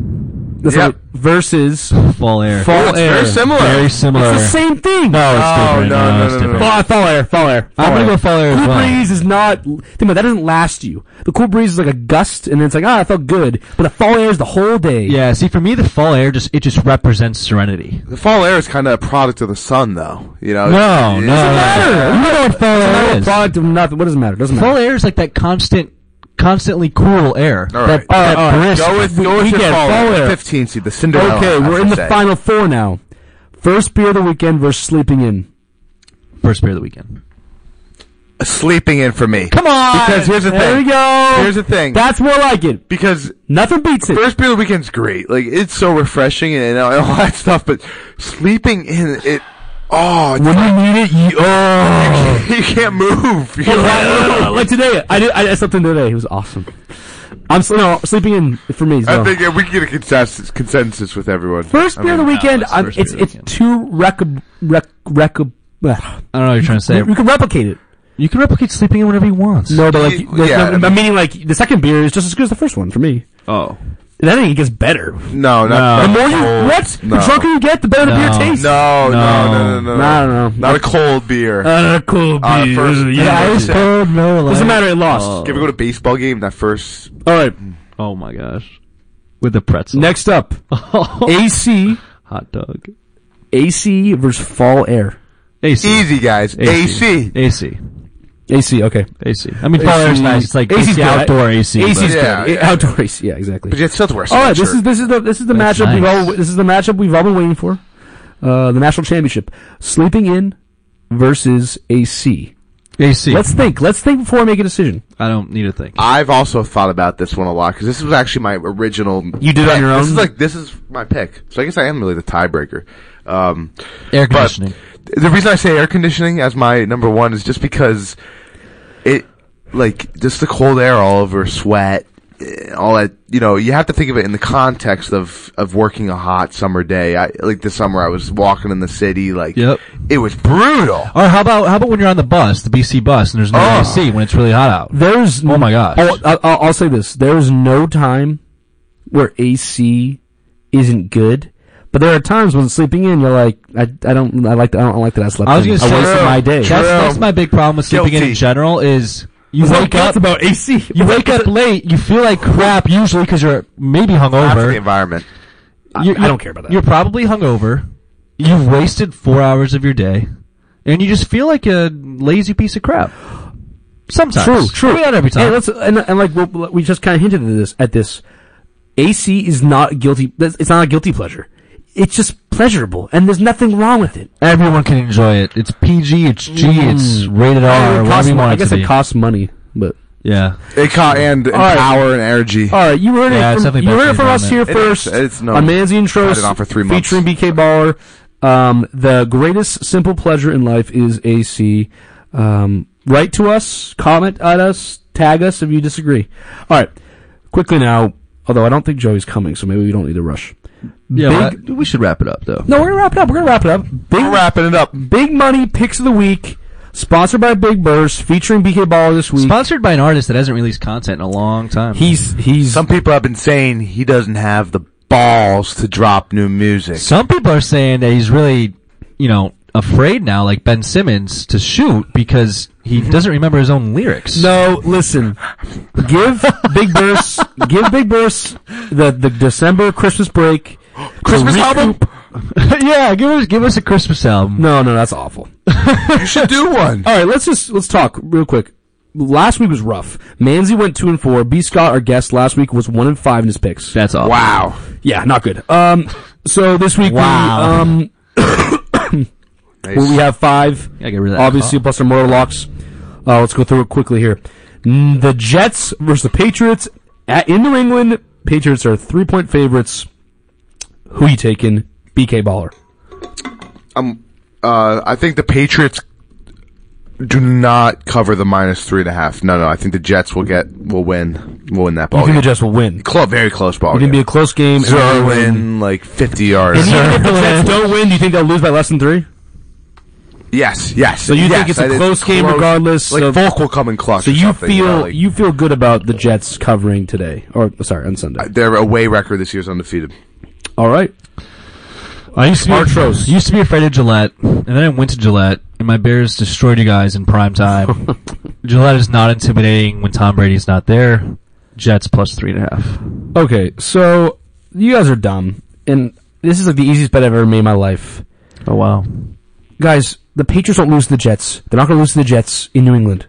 B: That's
C: Yep.
B: like versus
A: Fall air.
B: Fall
C: Well, it's
B: air.
C: very similar.
A: Very similar.
B: It's the same thing.
A: No, it's
C: Oh,
A: different.
C: no, no,
A: it's
C: no, no, no.
A: different.
B: Fall, fall air, fall air.
A: I'm
B: fall
A: gonna
B: air.
A: go fall air as
B: Cool
A: well.
B: breeze is not. Think about it, that doesn't last you. The cool breeze is like a gust, and then it's like ah, I felt good. But the fall air is the whole day.
A: Yeah, see, for me, the fall air just it just represents serenity.
C: The fall air is kind of a product of the sun, though. You know.
A: No,
C: It's-
A: no.
B: Doesn't matter. You know what fall
A: Doesn't
B: air
A: matter.
B: is. Product of nothing. What does it matter? Doesn't
A: Fall
B: matter.
A: air is like that constant, constantly cool air.
C: All
A: that
C: right. All
A: that
B: right, all right.
A: brisk.
C: Go with go with
B: We
C: your
B: get
C: fall
B: fall
C: air.
B: air.
C: Fifteen seed, the Cinderella.
B: okay,
C: I
B: we're in
C: should
B: the
C: say.
B: final four now. First beer of the weekend versus sleeping in.
A: First beer of the weekend.
C: Sleeping in for me.
B: Come on.
C: Because here's the
B: there
C: thing.
B: we go.
C: Here's the thing.
B: That's more like it.
C: because
B: Nothing beats it.
C: First beer of the weekend's great. Like it's so refreshing and all, all that stuff. But sleeping in it, oh, it's
B: When you need it, you oh.
C: like, you
B: [LAUGHS]
C: can't move. You're [LAUGHS] like,
B: like, like today, I did. I, I slept in today. It was awesome. I'm s- no sleeping in for me.
C: I
B: So.
C: think yeah, we can get a consensus, consensus with everyone.
B: First beer of the weekend.
A: that's
B: I'm,
A: first
B: it's
A: beer of
B: it's
A: the
B: too rec rec rec. uh,
A: I don't know what you're trying to say.
B: You can replicate it.
A: You can replicate sleeping in whenever you want.
B: No, but like,
C: Yeah,
B: the-
C: yeah,
B: the-
C: I
B: I'm meaning like the second beer is just as good as the first one for me.
A: Oh.
B: And I think it gets better.
C: No, not,
B: The
C: not
B: more you
C: cold.
B: what,
C: No.
B: the drunker you get, the better the
A: No.
B: beer tastes.
C: No, no, no, no, no, no.
B: I don't know.
C: Not a cold beer.
B: Uh, cool
C: Uh,
B: beer.
C: first-
B: yeah,
C: Yeah,
B: it was
C: first-
B: cold.
A: no. Like,
B: Doesn't matter. It lost.
A: Oh.
C: you ever go to a baseball game? That first
B: All right.
A: Oh my gosh. With the pretzel. [LAUGHS]
B: Next up, AC
A: Hot dog.
B: AC versus Fall Air.
A: AC.
C: easy guys. AC.
A: AC.
B: AC. Okay.
A: AC. I mean, fall air is nice. It's like AC
B: AC 's
A: outdoor
B: good.
A: AC. but-
B: AC 's
C: Yeah,
B: good.
C: yeah.
B: Outdoor AC. Yeah, exactly.
C: But you still have to wear a
B: All right.
C: sweatshirt.
B: This is this is the this is the
A: That's
B: matchup we've
A: nice.
B: all this is the matchup we've all been waiting for. Uh, the national championship, sleeping in versus AC.
A: AC.
B: Let's think. Let's think before I make a decision.
A: I don't need to think.
C: I've also thought about this one a lot because this was actually my original.
B: You did it on your
C: This
B: own?
C: is like this is my pick, so I guess I am really the tiebreaker. Um,
A: Air
C: but
A: conditioning.
C: the reason I say air conditioning as my number one is just because it, like, just the cold air all over, sweat, eh, all that. You know, you have to think of it in the context of of working a hot summer day. I like this summer I was walking in the city, like,
A: Yep.
C: it was brutal.
A: Or how about how about when you're on the bus, the BC bus, and there's no
C: Oh.
A: AC when it's really hot out?
B: There's
A: Oh my gosh.
B: Oh, I- I'll, I'll say this: there is no time where AC isn't good, but there are times when sleeping in, you're like, I, I don't, I like, I don't like that I slept.
A: I was
B: in.
A: gonna say-
B: I wasted
C: True.
B: my day.
C: True.
A: That's, that's my big problem with sleeping in
C: Guilty.
A: in general is you wake up
B: about AC.
A: you wake up late, you feel like crap usually because you're maybe
C: After the
A: hungover.
C: environment.
B: I-
A: You're-
B: I don't care about that.
A: You're probably hungover. You've wasted four hours of your day, and you just feel like a lazy piece of crap.
B: True,
A: Sometimes,
B: true.
A: Maybe not every time.
B: And, let's, and, and like we we just kind of hinted at this. At this, AC is not guilty. that's- It's not a guilty pleasure. It's just pleasurable, and there's nothing wrong with it.
A: Everyone can enjoy it. It's PG, it's G, it's rated
B: It
A: R,
B: costs-
A: whatever you want
B: I
A: it
B: guess
A: to be.
B: it costs money, but
A: yeah,
C: It caught and, and
B: All right.
C: power and energy.
B: All right, you heard
A: Yeah,
B: it.
A: it's
B: From,
A: definitely
B: you
A: better
B: heard it
A: for the
B: from us here
A: environment.
C: It is-
B: first.
C: it's no-
B: on Manzi and
C: Had
B: Trost,
C: it on for three months.
B: featuring BK Baller. Um, the greatest simple pleasure in life is AC. Um, write to us, comment at us, tag us if you disagree. All right, quickly now. Although I don't think Joey's coming, so maybe we don't need to rush.
A: yeah.
B: Big-
A: but we should wrap it up though.
B: No, we're gonna wrap it up. We're gonna wrap it up. Big
C: We're wrapping it up.
B: Big Money picks of the week, sponsored by Big Burst, featuring BK Baller this week.
A: Sponsored by an artist that hasn't released content in a long time.
B: he's he's
C: Some people have been saying he doesn't have the balls to drop new music.
A: Some people are saying that he's really, you know, afraid now, like Ben Simmons, to shoot because he doesn't remember his own lyrics.
B: Mm-hmm. No, listen. Give Big Burst, give Big Burst the, the December Christmas break.
C: Christmas
B: to
C: album?
A: [LAUGHS]
B: recoup-
A: yeah, give us give us a Christmas album.
B: No, no, that's awful.
C: You should do one.
B: All right, let's just let's talk real quick. Last week was rough. Manzi went two and four. B Scott, our guest last week, was one and five in his picks.
A: That's all.
C: Wow.
B: yeah, not good. Um, so this week
A: Wow.
B: we um we have five.
A: I get rid of that.
B: obviously
A: cough.
B: plus our mortal locks. Uh, let's go through it quickly here. Mm, The Jets versus the Patriots at, in New England. Patriots are three point favorites. Who you taking? BK Baller.
C: I'm uh, I think the Patriots do not cover the minus three and a half. No, no, I think the Jets will get will win. Will win that
B: I
C: ball.
B: think
C: Game.
B: the Jets will win.
C: Close, very close ball.
B: It's gonna be
C: Game.
B: a close game. and they'll
C: Zero
B: win.
C: in like fifty yards.
B: And even if the Jets don't win, do you think they'll lose by less than three?
C: Yes, yes.
B: So you
C: yes,
B: think it's a
C: I did.
B: close game regardless
C: Like
B: of-
C: Volk will come in clutch.
B: So
C: or
B: you
C: something,
B: feel
C: know, like,
B: you feel good about the Jets covering today, or sorry, on Sunday.
C: their away record this year is undefeated.
B: All right,
A: I used to be
B: Artros.
A: used to be afraid of Gillette, and then I went to Gillette, and my Bears destroyed you guys in prime
B: [LAUGHS]
A: time. Gillette is not intimidating when Tom Brady's not there. Jets plus three and a half.
B: okay. So you guys are dumb, and this is like the easiest bet I've ever made in my life,
A: Oh wow!
B: guys. The Patriots don't lose to the Jets. They're not going to lose to the Jets in New England.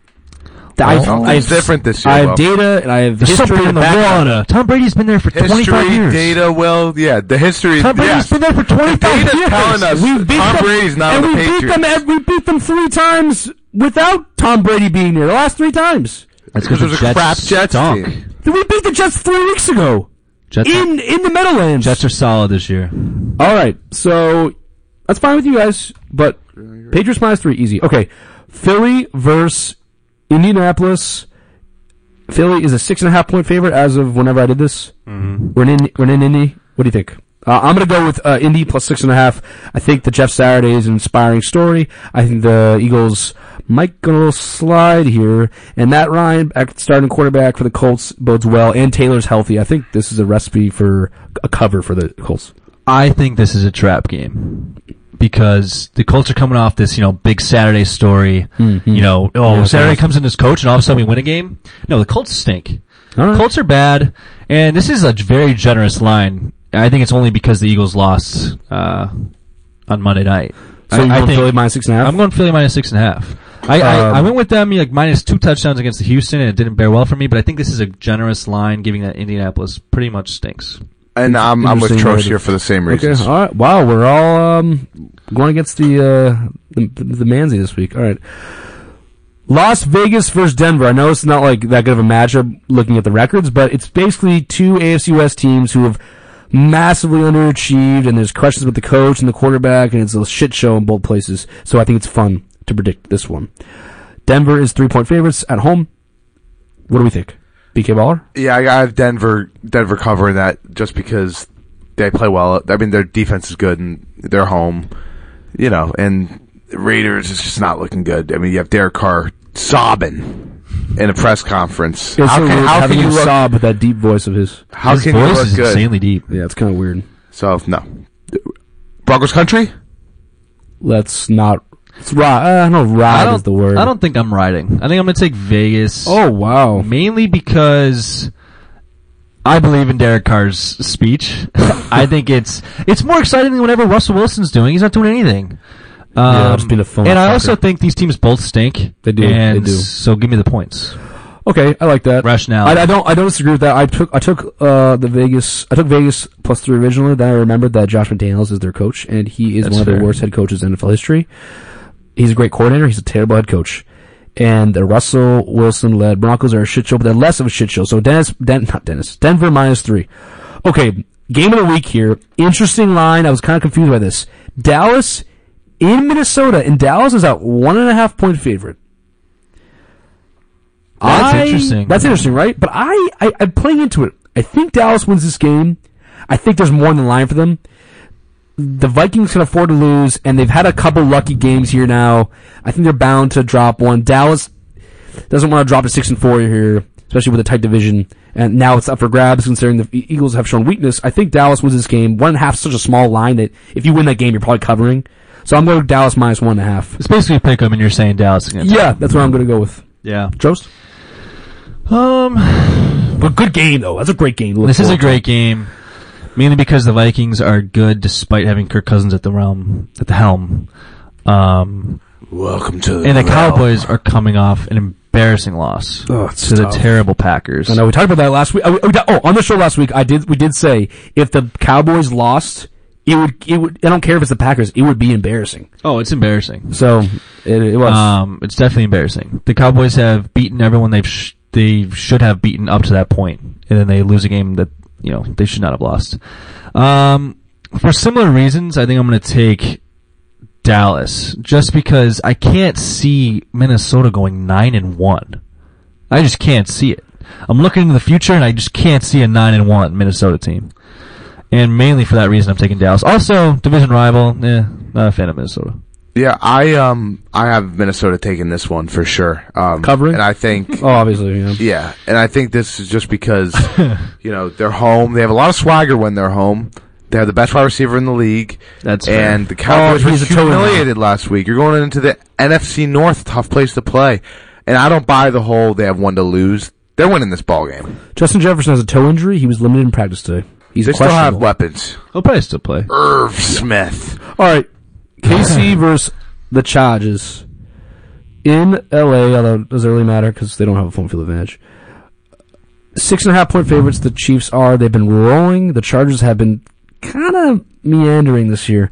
B: The- I,
C: Well,
B: I-
C: it's different this year,
B: I have
C: Will.
B: data and I have
A: There's
B: history
A: something
B: in
A: in
B: the
A: the
B: back.
A: water. Tom Brady's been there for 25
C: History
A: years.
C: data will yeah the history
A: Tom Brady's
C: yes.
A: been there for 25
C: data's
A: years.
C: telling us
B: We beat
C: Tom
B: them,
C: Brady's not
B: and
C: on the
B: we beat
C: Patriots.
B: them. ev- We beat them three times without Tom Brady being there. The last three times.
A: That's
C: Because there's a crap Jets
A: stunk.
C: team.
B: Then we beat the Jets three weeks ago
A: Jets, are,
B: in in the Meadowlands.
A: Jets are solid this year.
B: All right, so that's fine with you guys, but Patriots minus three, easy. Okay, Philly versus Indianapolis. Philly is a six and a half point favorite as of whenever I did this.
C: Mm-hmm.
B: We're in, we're in Indy. What do you think? Uh, I'm gonna go with uh, Indy plus six and a half. I think the Jeff Saturday is an inspiring story. I think the Eagles might go a little slide here, and that Ryan, at starting quarterback for the Colts, bodes well. And Taylor's healthy. I think this is a recipe for a cover for the Colts.
A: I think this is a trap game because the Colts are coming off this, you know, big Saturday story.
C: Mm-hmm.
A: You know, oh,
B: Yeah,
A: Saturday
B: okay.
A: comes in as coach, and all of a sudden we win a game. No, the Colts stink.
B: All right.
A: Colts are bad, and this is a very generous line. I think it's only because the Eagles lost uh, on Monday night.
B: So
A: I,
B: you
A: I
B: want
A: think-
B: Philly minus six and a half?
A: I'm going Philly minus six and a half. I,
B: Um,
A: I, I went with them like minus two touchdowns against the Houston, and it didn't bear well for me. But I think this is a generous line, giving that Indianapolis pretty much stinks.
C: And I'm I'm with
B: Interesting
C: Trosh here for the same
B: okay.
C: reasons.
B: All right. Wow, we're all um, going against the, uh, the the Manzi this week. All right. Las Vegas versus Denver. I know it's not like that good of a matchup looking at the records, but it's basically two AFC West teams who have massively underachieved, and there's questions with the coach and the quarterback, and it's a shit show in both places. So I think it's fun to predict this one. Denver is three point favorites at home. What do we think? BK Baller?
C: Yeah, I I have Denver Denver covering that just because they play well. I mean, their defense is good and they're home, you know. And Raiders is just not looking good. I mean, you have Derek Carr sobbing in a press conference.
B: It's
C: how
B: so
C: can,
B: weird
C: how
B: having
C: can you
B: him
C: look?
B: sob with that deep voice of his.
C: How
A: His
C: can you
A: voice
C: look
A: is
C: good?
A: insanely deep.
B: Yeah, it's kind of weird.
C: So no, Broncos country.
B: Let's not. It's ride. Uh, I don't know. Ride
A: I don't,
B: is the word.
A: I don't think I'm riding. I think I'm going to take Vegas.
B: Oh wow.
A: mainly because I believe in Derek Carr's speech. [LAUGHS] I think it's it's more exciting than whatever Russell Wilson's doing. He's not doing anything. Um,
B: Yeah, just being a phone
A: and I
B: fucker.
A: also think these teams both stink.
B: They do, they
A: And
B: do.
A: So give me the points.
B: Okay, I like that
A: Rationale.
B: I, I don't. I don't disagree with that. I took. I took uh, the Vegas. I took Vegas plus three originally. Then I remembered that Josh McDaniels is their coach, and he is
A: That's
B: one of the
A: fair.
B: worst head coaches in NFL history. He's a great coordinator. He's a terrible head coach. And the Russell Wilson led Broncos are a shit show, but they're less of a shit show. So Dennis, Den, not Dennis, Denver minus three. Okay, game of the week here. Interesting line. I was kind of confused by this. Dallas in Minnesota, and Dallas is a one and a half point favorite.
A: That's
B: I-
A: interesting.
B: That's interesting, right? But I, I, I'm playing into it. I think Dallas wins this game. I think there's more in the line for them. The Vikings can afford to lose, and they've had a couple lucky games here now. I think they're bound to drop one. Dallas doesn't want to drop to six and four here, especially with a tight division. And now it's up for grabs considering the E- Eagles have shown weakness. I think Dallas wins this game. One and a half is such a small line that if you win that game, you're probably covering. So I'm going to Dallas minus one and a half.
A: It's basically a pick 'em, and you're saying Dallas again.
B: Yeah, that's what I'm going to go with.
A: Yeah.
B: Jost?
A: Um, [SIGHS]
B: But good game though. That's a great game. to look
A: this is a
B: forward to.
A: great game, mainly because the Vikings are good despite having Kirk Cousins at the realm at the helm. Um,
C: Welcome to
A: And the Cowboys are coming off an embarrassing loss
B: Oh, it's
A: to
B: tough.
A: the terrible Packers.
B: I know we talked about that last week. Oh, we- oh, on the show last week, I did we did say if the Cowboys lost, it would it would. I don't care if it's the Packers, it would be embarrassing.
A: Oh, it's embarrassing.
B: So it, it was.
A: Um, it's definitely embarrassing. The Cowboys have beaten everyone they've sh- they should have beaten up to that point, and then they lose a game that you know they should not have lost. Um, for similar reasons, I think I'm going to take Dallas just because I can't see Minnesota going nine and one. I just can't see it. I'm looking into the future and I just can't see a nine and one Minnesota team. And mainly for that reason, I'm taking Dallas. Also, division rival. Eh, not a fan of Minnesota.
C: Yeah, I um I have Minnesota taking this one for sure. Um,
B: Covering?
C: and I think
B: Oh, obviously, yeah.
C: yeah, and I think this is
B: [LAUGHS]
C: just because you know they're home. They have a lot of swagger when they're home. They have the best wide receiver in the league,
A: That's fair.
C: and the Cowboys
B: Oh,
C: were
B: he's a toe in the
C: humiliated last week. You're going into the NFC North, tough place to play, and I don't buy the whole they have one to lose. They're winning this ball game.
B: Justin Jefferson has a toe injury. He was limited in practice today. He's
C: They still have
B: questionable.
C: weapons.
A: He'll probably still play.
C: Irv Smith.
B: All right,
A: [LAUGHS]
B: KC versus the Chargers in LA. Although it doesn't really matter because they don't have a home field advantage. Six and a half point favorites. The Chiefs are. They've been rolling. The Chargers have been kind of meandering this year.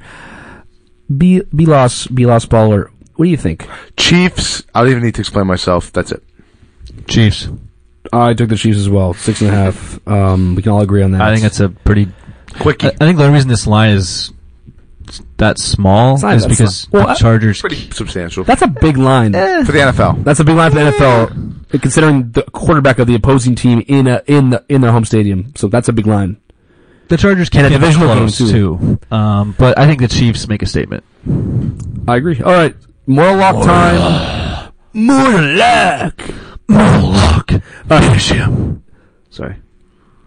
B: Be be lost. Be lost baller. What do you think?
C: Chiefs. I don't even need to explain myself. That's it.
A: Chiefs.
B: I took the Chiefs as well. Six and a half. Um, we can all agree on that.
A: I think that's a pretty. I,
C: Quickie.
A: I
B: Uh,
A: think the only reason this line is that small
B: It's not-
A: is
B: that's
A: because
B: not- well,
A: the
B: I- eh.
A: Chargers.
C: Pretty substantial
B: that's a big line.
A: Eh.
C: for the NFL.
B: That's a big line for the NFL, considering the quarterback of the opposing team in a, in the in their home stadium. So that's a big line.
A: The Chargers
B: And
A: can
B: a
A: get
B: divisional game,
A: close too, um, but I think the Chiefs make a statement.
B: I agree. All right, more lock time.
A: More luck, more luck. Finish him. Sorry.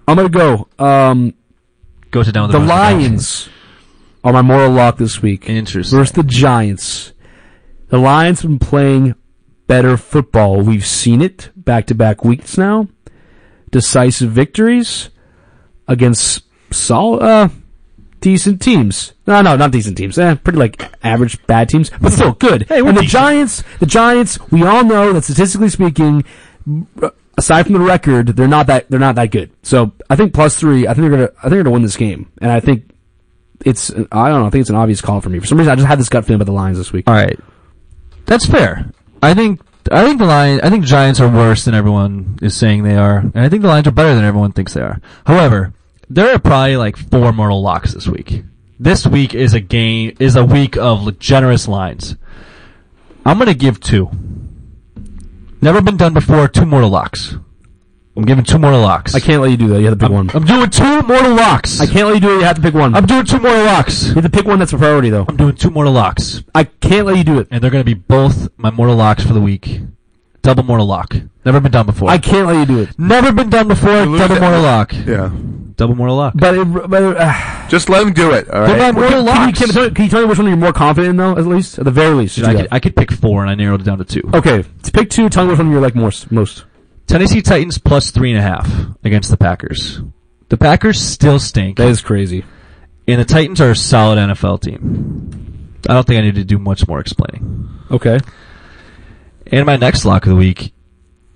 B: I'm gonna go. Um,
A: Go to down with
B: the
A: most advantage.
B: Lions are my moral lock this week
A: Interesting.
B: versus the Giants. The Lions have been playing better football. We've seen it back to back weeks now. Decisive victories against solid, uh, decent teams. No, no, not decent teams. Eh, pretty like average bad teams, but still good. Hey, and the Giants, the Giants, we all know that statistically speaking, aside from the record, they're not that they're not that good. So I think plus three. I think they're gonna I think they're gonna win this game, and I think it's I don't know. I think it's an obvious call for me. For some reason, I just had this gut feeling about the Lions this week.
A: All right, that's fair. I think I think the Lions, I think Giants are worse than everyone is saying they are, and I think the Lions are better than everyone thinks they are. However, there are probably like four mortal locks this week. This week is a game is a week of generous lines. I'm gonna give two. Never been done before. Two mortal locks. I'm giving two mortal locks.
B: I can't let you do that. You have to pick one.
A: I'm doing two mortal locks.
B: I can't let you do it. You have to pick one.
A: I'm doing two mortal locks.
B: you have to pick one that's a priority, though.
A: I'm doing two mortal locks.
B: I can't let you do it.
A: and they're going to be both my mortal locks for the week. Double mortal lock. Never been done before.
B: I can't let you do it.
A: Never been done before.
C: lose
A: Double
C: it.
A: mortal lock.
C: Yeah.
A: Double mortal lock.
B: But, it, but uh,
C: Just let him do it. All
A: They're my
C: right.
A: mortal
B: can, you,
A: locks.
B: can, you tell me, can you tell me which one you're more confident in, though? At least, at the very least, you
A: I,
B: do
A: could,
B: that.
A: I could pick four, and I narrowed it down to two.
B: okay, to pick two. Tell me which one you like most. Most.
A: Tennessee Titans plus three and a half against the Packers. The Packers still stink,
B: That is crazy.
A: and the Titans are a solid NFL team. I don't think I need to do much more explaining.
B: Okay.
A: And my next lock of the week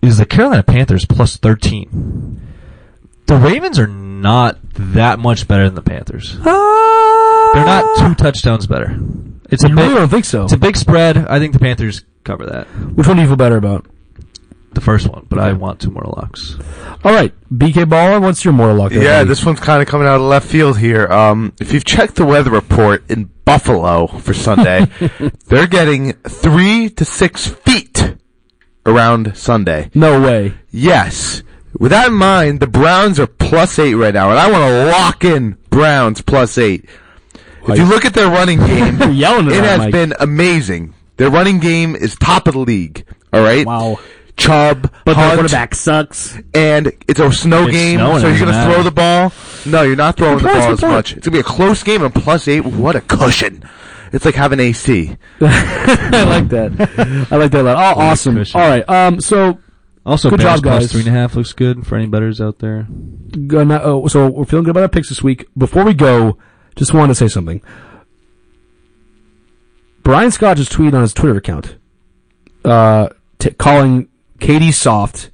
A: is the Carolina Panthers plus 13. The Ravens are not that much better than the Panthers. They're not two touchdowns better. It's a
B: Ah! I really
A: big,
B: don't think so.
A: it's a big spread. I think the Panthers cover that,
B: Which one do you feel better about?
A: the first one. But I want two more locks.
B: All right, BK Baller, what's your mortal lock? of the
C: Yeah,
B: week?
C: this one's kind of coming out of left field here. Um, if you've checked the weather report in Buffalo
B: [LAUGHS]
C: for Sunday, they're getting three to six feet around Sunday.
B: No way.
C: Yes. With that in mind, the Browns are plus eight right now, and I want to lock in Browns plus eight. If you look at their running
B: [LAUGHS]
C: game,
B: You're yelling at
C: it
B: that
C: has
B: mic.
C: been amazing. Their running game is top of the league. All right.
B: Wow.
C: Chubb,
B: But the
C: Hunt,
B: quarterback sucks.
C: and it's a snow
A: It's
C: game,
A: snowing,
C: so you're
A: it
C: gonna
A: doesn't
C: throw
A: matter.
C: the ball. No, you're not throwing the
B: Report,
C: ball as
B: report.
C: much. It's gonna be a close game and a plus eight. What a cushion! It's like having AC.
B: [LAUGHS] I like that. I like that a lot. Oh, awesome.
A: Christian.
B: All right. Um. So,
A: Also,
B: Good
A: Bears
B: job,
A: plus
B: guys.
A: three and a half looks good for any betters out there.
B: gonna, oh, so we're feeling good about our picks this week. Before we go, just wanted to say something. Brian Scott just tweeted on his Twitter account, uh, t- calling Katie soft,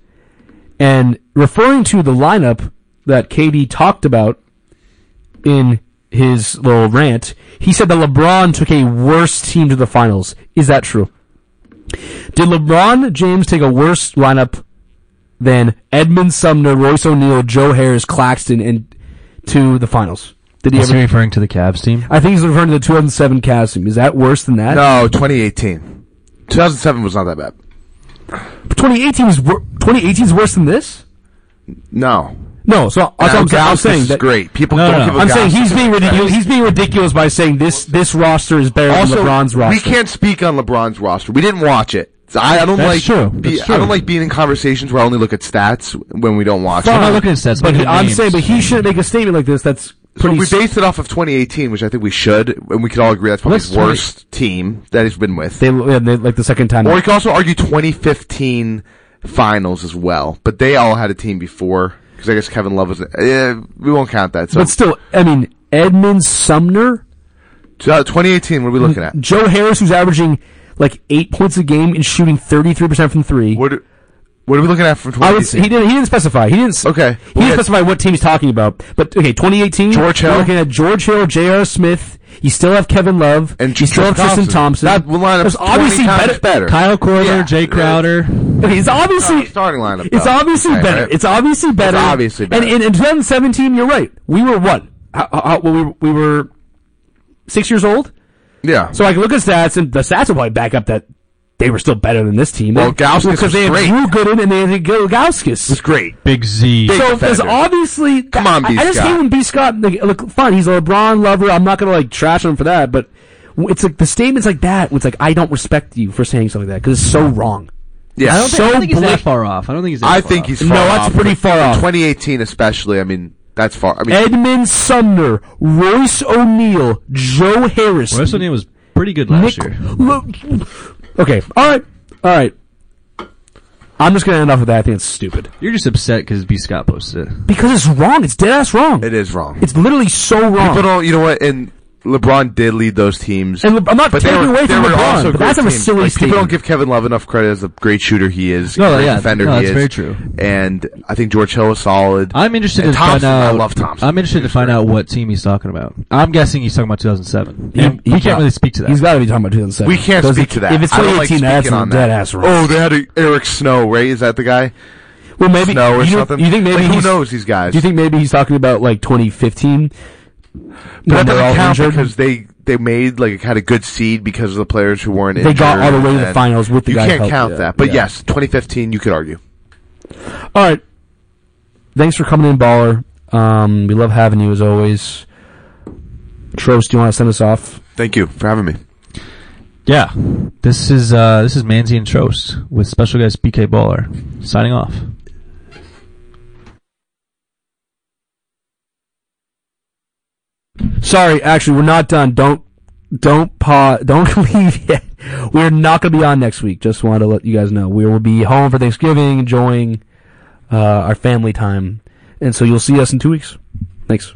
B: and referring to the lineup that Katie talked about in his little rant. He said that LeBron took a worse team to the finals. Is that true? Did LeBron James take a worse lineup than Edmund Sumner, Royce O'Neal, Joe Harris, Claxton, and to the finals. Did he
A: Is he Uh,
B: ever?
A: referring to the Cavs team?
B: I think he's referring to the 2007 Cavs team. Is that worse than that?
C: No, 2018. 2007 was not that bad.
B: But 2018 was wor- 2018 is worse than this.
C: No.
B: No, so that's what I'm,
C: Now,
B: I'm
C: Gauss
B: saying
C: is
B: that
C: great. People
D: No,
C: don't
D: no, no.
C: give a
B: I'm saying
C: Gauss.
B: he's being ridiculous. He's being ridiculous by saying this this roster is better
C: also
B: than LeBron's roster.
C: We can't speak on LeBron's roster. We didn't watch it. So I, I don't
D: That's
C: like
D: true.
C: be-
D: That's true.
C: I don't like being in conversations where I only look at stats when we don't watch
D: I'm
C: it.
D: not looking at stats.
B: but
D: looking at
B: I'm
D: names.
B: saying, but he shouldn't make a statement like this. That's
C: So
B: pretty.
C: we based it off of 2018, which I think we should, and we could all agree that's probably
D: Let's
C: his worst team that he's been with.
B: they, yeah, they- like the second time.
C: Or we could also argue 2015 finals as well, but they all had a team before because I guess Kevin Love was. Yeah, we won't count that. So
B: but still, I mean, Edmund Sumner,
C: uh, 2018, what are we looking at?
B: Joe Harris, who's averaging like eight points a game and shooting 33 percent from three.
C: What are, what are we looking at from
B: I would, s-
C: 2018?
B: he didn't. He didn't specify. He didn't. s-
C: Okay.
B: He didn't
C: Well, yeah.
B: specify what team he's talking about. But okay, 2018.
C: George
B: we're
C: Hill.
B: Looking at George Hill, J.R. Smith. You still have Kevin Love.
C: And
B: you still have Tristan Thompson.
C: That lineup
B: There's obviously better.
C: better. better.
D: Kyle Korver,
C: Yeah.
D: Jay Crowder.
B: Okay, it's obviously
C: starting lineup.
B: It's
C: though.
B: obviously
C: Okay,
B: better.
C: right?
B: It's obviously better.
C: obviously better.
B: And in, in 2017, you're right. We were what? How, how, well, we, were- we were six years old.
C: yeah.
B: So I can look at stats, and the stats will probably back up that they were still better than this team.
C: Well,
B: They-
C: Gauskas
B: because
C: was
B: they had
C: great.
B: Drew Gooden and they had Gauskas.
C: it's great.
D: Big Z.
C: Big
B: So there's
C: defender.
B: obviously
C: Come on,
B: I-
C: B.
B: I just
C: Scott.
B: hate when B. Scott like, look fine. He's a LeBron lover. I'm not gonna like trash him for that, but w- it's like the statements like that. It's like I don't respect you for saying something like that because it's so wrong.
C: Yeah.
D: I don't, think, I
B: so
D: don't think he's that
B: blatant.
D: far off. I don't think he's. That
C: I
D: far
C: think
D: off.
C: he's
B: no,
C: far
B: that's
C: off.
B: pretty far off.
C: 2018, especially. I mean, that's far. I mean,
B: Edmund Sumner, Royce O'Neal, Joe Harris,
D: Royce O'Neal was pretty good last
B: Nick.
D: year.
B: Lo- okay, all right, all right. I'm just gonna end off with that. I think it's stupid
D: You're just upset because B. Scott posted it.
B: because it's wrong. It's dead ass wrong.
C: it is wrong.
B: It's literally so wrong.
C: People don't. You know what? And LeBron did lead those teams.
B: And Le- I'm not
C: but they
B: taking
C: were,
B: away
C: they
B: from
C: were
B: LeBron,
C: also
B: but
C: great
B: that's a
C: teams.
B: silly
C: Like, people
B: statement.
C: don't give Kevin Love enough credit as the great shooter he is,
D: No,
C: great
D: yeah,
C: defender
D: no,
C: he
D: that's
C: is.
D: very true.
C: And I think George Hill was solid.
D: I'm interested
C: And
D: to
C: Thompson,
D: find out.
C: I love Thompson.
D: I'm interested to find out what team he's talking about. I'm guessing he's talking about 2007.
B: He-
D: And
B: he's
D: we can't
B: got-
D: really speak to that.
B: He's got to be talking about 2007.
C: we can't
B: Because
C: speak
B: if-
C: to that.
B: If it's
C: I don't
B: 2018,
C: like
B: that's
C: speaking on
B: dead
C: that.
B: ass wrong.
C: Oh, they had a, Eric Snow, right? Is that the guy?
B: well, maybe
C: Snow or
B: you, don't-
C: something.
B: you think
C: Like,
B: maybe
C: who
B: he's-
C: knows these guys?
B: Do you think maybe he's talking about like 2015?
C: But that doesn't count because they they made like had a good seed because of the players who weren't.
B: They got all the way to the
C: and
B: finals with the
C: You
B: guy
C: can't
B: helped,
C: count
B: yeah,
C: that, but
B: yeah.
C: yes, 2015. You could argue.
B: All right. Thanks for coming in, Baller. Um, we love having you as always. Trost, do you want to send us off?
C: Thank you for having me.
D: yeah. This is uh, this is Manzi and Trost with special guest BK Baller signing off.
B: Sorry, actually, we're not done. Don't don't pa don't [LAUGHS] leave yet. We're not going to be on next week. Just wanted to let you guys know we will be home for Thanksgiving, enjoying uh, our family time, and so you'll see us in two weeks. Thanks.